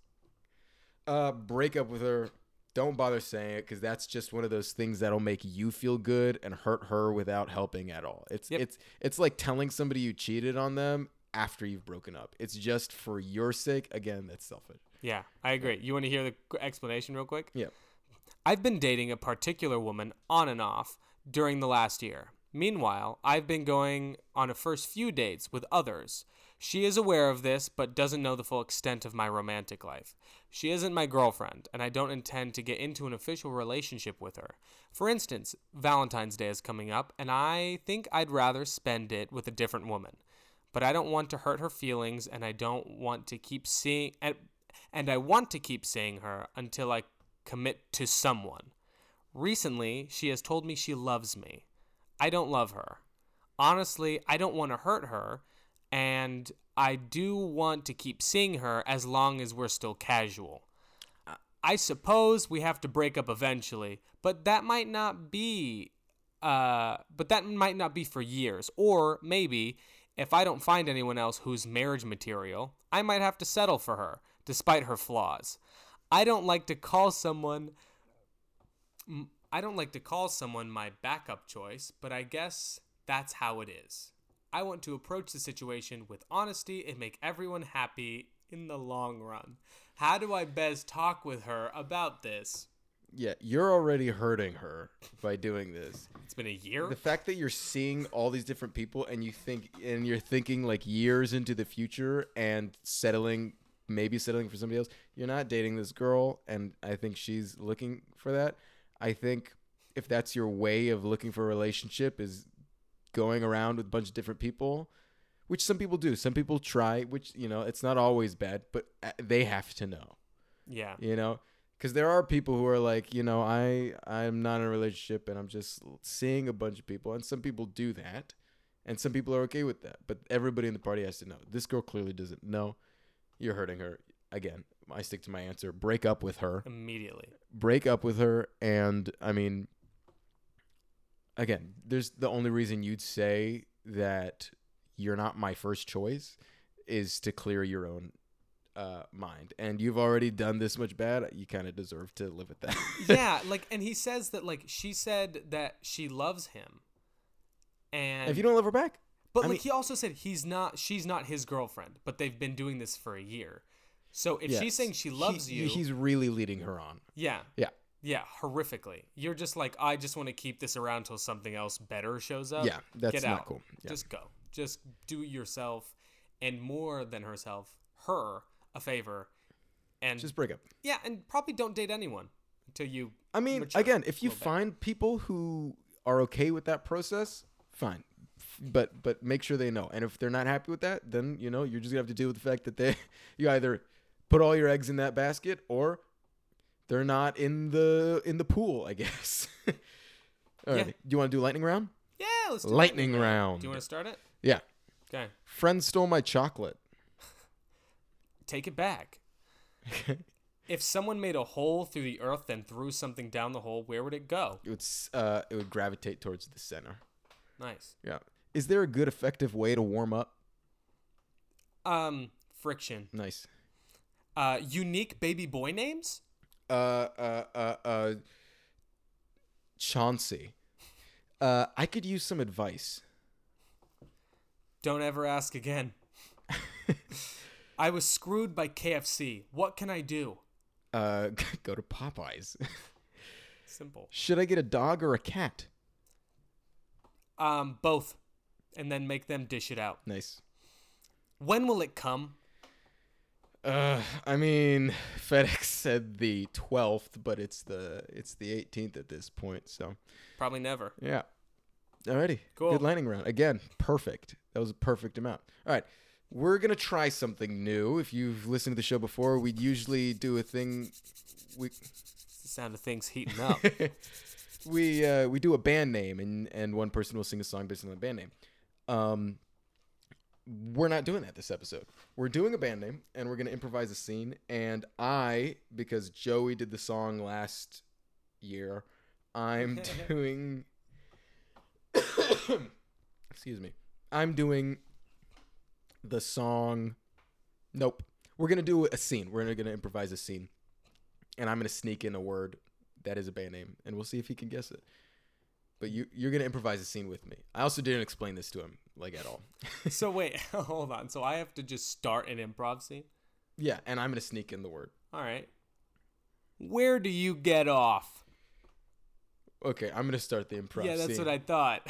Speaker 1: uh break up with her don't bother saying it because that's just one of those things that'll make you feel good and hurt her without helping at all it's
Speaker 2: Yep.
Speaker 1: it's it's like telling somebody you cheated on them after you've broken up it's just for your sake again that's selfish
Speaker 2: Yeah, I agree. You want to hear the qu- explanation real quick?
Speaker 1: yeah
Speaker 2: I've been dating a particular woman on and off during the last year. Meanwhile, I've been going on a first few dates with others. She is aware of this, but doesn't know the full extent of my romantic life. She isn't my girlfriend, and I don't intend to get into an official relationship with her. For instance, Valentine's Day is coming up, and I think I'd rather spend it with a different woman. But I don't want to hurt her feelings, and I don't want to keep seeing and, and I want to keep seeing her until I commit to someone. Recently, she has told me she loves me. I don't love her. Honestly, I don't want to hurt her, and I do want to keep seeing her as long as we're still casual. I suppose we have to break up eventually, but that might not be uh but that might not be for years or maybe if I don't find anyone else who's marriage material, I might have to settle for her despite her flaws. I don't like to call someone m- I don't like to call someone my backup choice, but I guess that's how it is. I want to approach the situation with honesty and make everyone happy in the long run. How do I best talk with her about this?
Speaker 1: Yeah, you're already hurting her by doing this.
Speaker 2: It's been a year.
Speaker 1: The fact that you're seeing all these different people and you think and you're thinking like years into the future and settling maybe settling for somebody else. You're not dating this girl and I think she's looking for that. I think if that's your way of looking for a relationship is going around with a bunch of different people, which some people do. Some people try, which you know, it's not always bad, but uh, they have to know
Speaker 2: Yeah.
Speaker 1: you know because there are people who are like you know i i'm not in a relationship and i'm just seeing a bunch of people and some people do that and some people are okay with that but everybody in the party has to know this girl clearly doesn't know you're hurting her again i stick to my answer break up with her
Speaker 2: Immediately.
Speaker 1: break up with her and i mean again there's the only reason you'd say that you're not my first choice is to clear your own uh, mind and you've already done this much bad you kind of deserve to live with that
Speaker 2: yeah, like and he says that like she said that she loves him. And
Speaker 1: if you don't love her back
Speaker 2: but
Speaker 1: I
Speaker 2: like
Speaker 1: mean-
Speaker 2: he also said he's not she's not his girlfriend, but they've been doing this for a year. So if she's
Speaker 1: yes.
Speaker 2: saying she loves
Speaker 1: He-
Speaker 2: you,
Speaker 1: he's really leading her on
Speaker 2: yeah,
Speaker 1: yeah
Speaker 2: yeah, horrifically. You're just like I just want to keep this around till something else better shows up.
Speaker 1: Yeah, that's
Speaker 2: Get
Speaker 1: not
Speaker 2: out.
Speaker 1: cool. Yeah.
Speaker 2: Just go. Just do yourself and more than herself, her a favor, and
Speaker 1: just break up
Speaker 2: yeah, and probably don't date anyone until you.
Speaker 1: I mean,
Speaker 2: mature
Speaker 1: again, if
Speaker 2: a
Speaker 1: you
Speaker 2: little bit.
Speaker 1: find people who are okay with that process, fine. But but make sure they know. And if they're not happy with that, then you know you're just gonna have to deal with the fact that they you either put all your eggs in that basket or they're not in the in the pool, I guess. all
Speaker 2: Yeah.
Speaker 1: right. Do you want to do lightning round?
Speaker 2: yeah, let's do
Speaker 1: Lightning
Speaker 2: Do
Speaker 1: round.
Speaker 2: you want to start it?
Speaker 1: Yeah.
Speaker 2: Okay,
Speaker 1: Friend stole my chocolate.
Speaker 2: take it back. if someone made a hole through the earth and threw something down the hole, where would it go?
Speaker 1: It would s- uh it would gravitate towards the center.
Speaker 2: Nice.
Speaker 1: Yeah. Is there a good effective way to warm up?
Speaker 2: Um, friction.
Speaker 1: Nice.
Speaker 2: Uh, unique baby boy names.
Speaker 1: uh, uh, uh, uh, Chauncey, uh, I could use some advice.
Speaker 2: Don't ever ask again. I was screwed by KFC. What can I do?
Speaker 1: Uh, go to Popeyes.
Speaker 2: Simple.
Speaker 1: Should I get a dog or a cat?
Speaker 2: Um, both, and then make them dish it out.
Speaker 1: Nice.
Speaker 2: When will it come?
Speaker 1: Uh, I mean, FedEx said the twelfth, but it's the it's the eighteenth at this point. So
Speaker 2: Probably never.
Speaker 1: yeah. Alrighty.
Speaker 2: Cool.
Speaker 1: Good lightning round again. Perfect. That was a perfect amount. All right. We're gonna try something new. If you've listened to the show before, we usually do a thing. We
Speaker 2: It's the sound of things heating up.
Speaker 1: we uh, we do a band name and and one person will sing a song based on the band name. Um, we're not doing that this episode. We're doing a band name and we're gonna improvise a scene. And I, because Joey did the song last year, I'm doing. excuse me. I'm doing the song. Nope. We're gonna do a scene. We're gonna improvise a scene, and I'm gonna sneak in a word that is a band name, and we'll see if he can guess it. But you you're gonna improvise a scene with me. I also didn't explain this to him like at all.
Speaker 2: so wait, hold on. So I have to just start an improv scene.
Speaker 1: yeah, and I'm gonna sneak in the word.
Speaker 2: All right. Where do you get off?
Speaker 1: Okay, I'm gonna start the improv.
Speaker 2: yeah, that's
Speaker 1: scene.
Speaker 2: what I thought.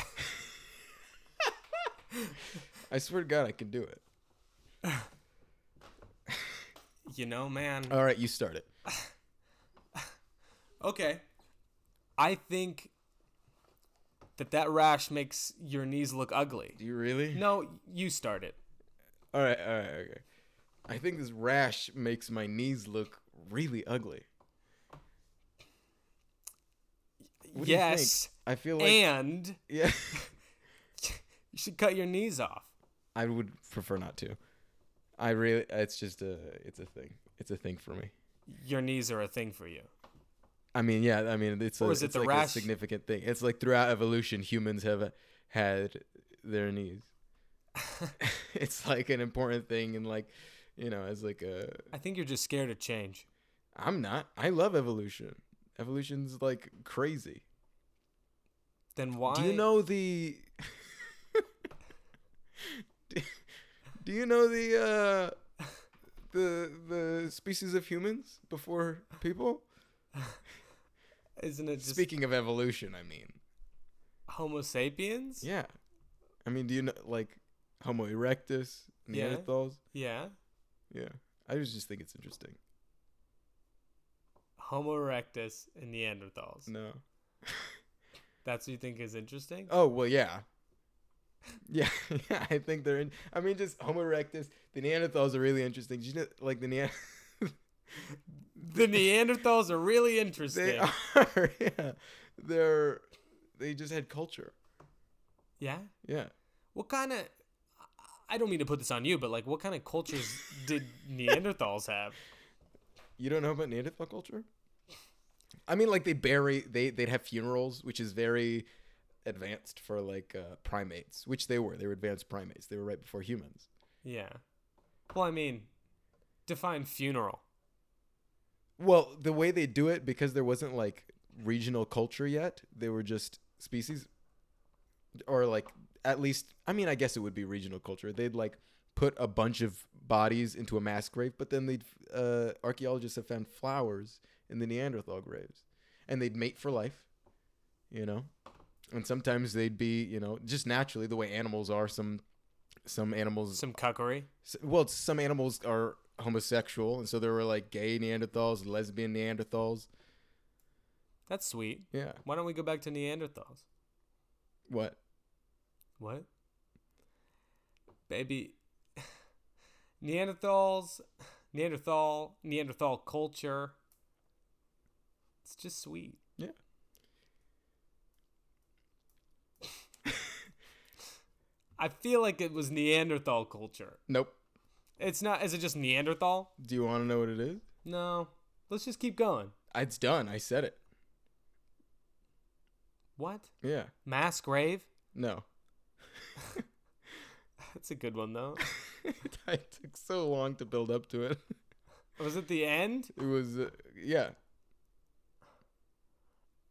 Speaker 1: I swear to God, I can do it.
Speaker 2: You know, man.
Speaker 1: All right, you start it.
Speaker 2: Okay. I think that that rash makes your knees look ugly.
Speaker 1: you really?
Speaker 2: No, you start it.
Speaker 1: All right, all right, okay. I think this rash makes my knees look really ugly. What do you think?
Speaker 2: yes.
Speaker 1: I feel like
Speaker 2: and
Speaker 1: yeah.
Speaker 2: you should cut your knees off.
Speaker 1: I would prefer not to. I really it's just a it's a thing. It's a thing for me.
Speaker 2: Your knees are a thing for you.
Speaker 1: I mean, yeah, I mean it's a,
Speaker 2: Or is it
Speaker 1: it's
Speaker 2: the
Speaker 1: like a
Speaker 2: rash?
Speaker 1: significant thing. It's like throughout evolution humans have had their knees. it's like an important thing and like you know, as like a
Speaker 2: I think you're just scared of change.
Speaker 1: I'm not. I love evolution. Evolution's like crazy.
Speaker 2: Then why?
Speaker 1: Do you know the? do, do you know the uh, the the species of humans before people?
Speaker 2: Isn't it just
Speaker 1: Speaking of evolution, I mean,
Speaker 2: Homo sapiens?
Speaker 1: yeah, I mean, do you know like Homo erectus,
Speaker 2: Yeah.
Speaker 1: Neanderthals?
Speaker 2: Yeah.
Speaker 1: Yeah, I was just think it's interesting.
Speaker 2: Homo erectus and Neanderthals.
Speaker 1: No.
Speaker 2: That's what you think is interesting?
Speaker 1: Oh well, yeah. Yeah, yeah, I think they're in. I mean, just Homo erectus. The Neanderthals are really interesting. Did you know, like the Neanderthals.
Speaker 2: the Neanderthals are really interesting.
Speaker 1: They are, yeah. They're they just had culture.
Speaker 2: Yeah.
Speaker 1: Yeah.
Speaker 2: What kind of. I don't mean to put this on you, but like, what kind of cultures did Neanderthals have?
Speaker 1: You don't know about Neanderthal culture? I mean like they bury they they'd have funerals, which is very advanced for like uh, primates, which they were. They were advanced primates. They were right before humans.
Speaker 2: Yeah. Well, I mean, define funeral.
Speaker 1: Well, the way they do it because there wasn't like regional culture yet, they were just species or like at least I mean I guess it would be regional culture. They'd like put a bunch of bodies into a mass grave, but then they'd uh, archaeologists have found flowers in the Neanderthal graves. And they'd mate for life, you know. And sometimes they'd be, you know, just naturally the way animals are some some animals
Speaker 2: Some cuckery.
Speaker 1: S- well it's- some animals are homosexual and so there were like gay neanderthals lesbian neanderthals
Speaker 2: That's sweet.
Speaker 1: yeah
Speaker 2: Why don't we go back to Neanderthals?
Speaker 1: what
Speaker 2: What? Baby. Neanderthals, Neanderthal, Neanderthal culture. It's just sweet.
Speaker 1: Yeah.
Speaker 2: I feel like it was Neanderthal culture.
Speaker 1: nope
Speaker 2: It's not. Is it just Neanderthal?
Speaker 1: do you want to know what it is
Speaker 2: No. Let's just keep going.
Speaker 1: it's done i said it
Speaker 2: What?
Speaker 1: yeah
Speaker 2: Mass grave?
Speaker 1: no
Speaker 2: That's a good one though.
Speaker 1: it took so long to build up to it
Speaker 2: Was it the end?
Speaker 1: it was uh, yeah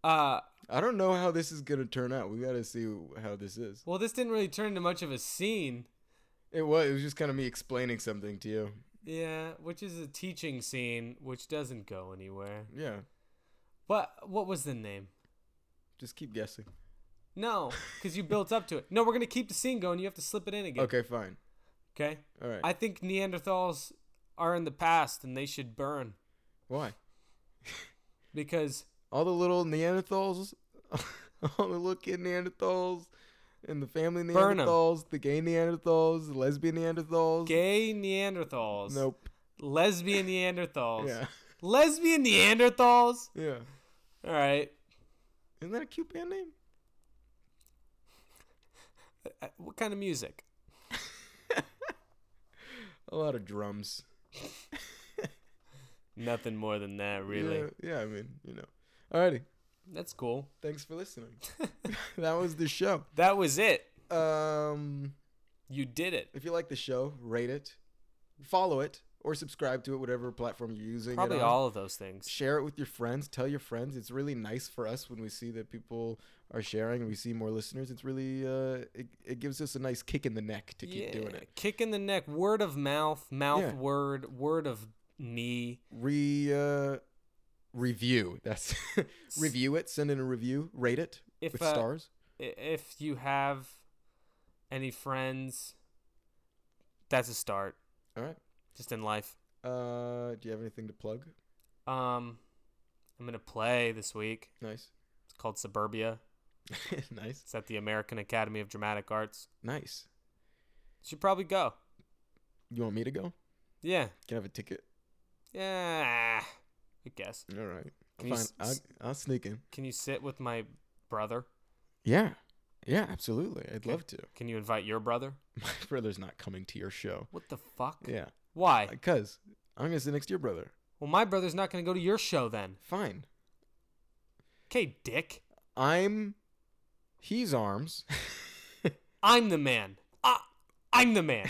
Speaker 2: Uh,
Speaker 1: i don't know how this is gonna turn out we gotta see how this is
Speaker 2: well, this didn't really turn into much of a scene.
Speaker 1: it was it was just kind of me explaining something to you
Speaker 2: Yeah, which is a teaching scene, which doesn't go anywhere.
Speaker 1: yeah
Speaker 2: But what was the name?
Speaker 1: just keep guessing
Speaker 2: No, because you built up to it. No, we're gonna keep the scene going. You have to slip it in again.
Speaker 1: okay fine
Speaker 2: Okay.
Speaker 1: all right
Speaker 2: I think Neanderthals are in the past and they should burn
Speaker 1: why
Speaker 2: because
Speaker 1: all the little Neanderthals, all the little kid Neanderthals, and the family
Speaker 2: Burn 'em.
Speaker 1: Neanderthals, the gay Neanderthals, the lesbian Neanderthals.
Speaker 2: gay Neanderthals,
Speaker 1: Nope.
Speaker 2: lesbian Neanderthals,
Speaker 1: Yeah.
Speaker 2: lesbian Neanderthals.
Speaker 1: Yeah.
Speaker 2: All right.
Speaker 1: Isn't that a cute band name?
Speaker 2: Uh, What kind of music?
Speaker 1: A lot of drums.
Speaker 2: Nothing more than that, really.
Speaker 1: Yeah, yeah, I mean, you know. Alrighty.
Speaker 2: That's cool.
Speaker 1: Thanks for listening. that was the show.
Speaker 2: That was it.
Speaker 1: Um,
Speaker 2: You did it.
Speaker 1: if you like the show, rate it, follow it, or subscribe to it, whatever platform you're using. it
Speaker 2: Probably
Speaker 1: on.
Speaker 2: all of those things.
Speaker 1: share it with your friends tell your friends it's really nice for us when we see that people are sharing and we see more listeners it's really uh it, it gives us a nice kick in the neck to keep doing it
Speaker 2: Kick in the neck, word of mouth, mouth
Speaker 1: Yeah.
Speaker 2: word, word of knee.
Speaker 1: re uh review that's review it send in a review rate it
Speaker 2: If,
Speaker 1: with
Speaker 2: uh,
Speaker 1: stars
Speaker 2: I- If you have any friends, that's a start.
Speaker 1: All right.
Speaker 2: just in life.
Speaker 1: Uh, do you have anything to plug?
Speaker 2: Um, I'm gonna play this week.
Speaker 1: Nice.
Speaker 2: It's called Suburbia.
Speaker 1: nice.
Speaker 2: It's at the American Academy of Dramatic Arts.
Speaker 1: Nice.
Speaker 2: You should probably go.
Speaker 1: You want me to go?
Speaker 2: Yeah,
Speaker 1: Can I have a ticket?
Speaker 2: yeah. I guess.
Speaker 1: All right.
Speaker 2: Can you
Speaker 1: Fine.
Speaker 2: s-
Speaker 1: I'll,
Speaker 2: s-
Speaker 1: I'll sneak in.
Speaker 2: Can you sit with my brother?
Speaker 1: Yeah. Yeah, absolutely. I'd
Speaker 2: Okay.
Speaker 1: love to.
Speaker 2: Can you invite your brother?
Speaker 1: My brother's not coming to your show.
Speaker 2: What the fuck?
Speaker 1: Yeah.
Speaker 2: Why?
Speaker 1: Because Uh, I'm going to sit next to your brother.
Speaker 2: Well, my brother's not gonna go to your show then.
Speaker 1: Fine.
Speaker 2: Okay, dick.
Speaker 1: I'm. He's arms.
Speaker 2: I'm the man. I, I'm the man.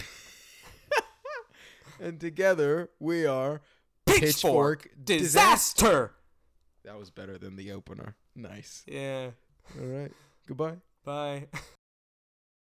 Speaker 1: and together we are.
Speaker 2: Pitchfork,
Speaker 1: Pitchfork
Speaker 2: disaster.
Speaker 1: That was better than the opener. Nice.
Speaker 2: Yeah.
Speaker 1: All right. Goodbye.
Speaker 2: Bye.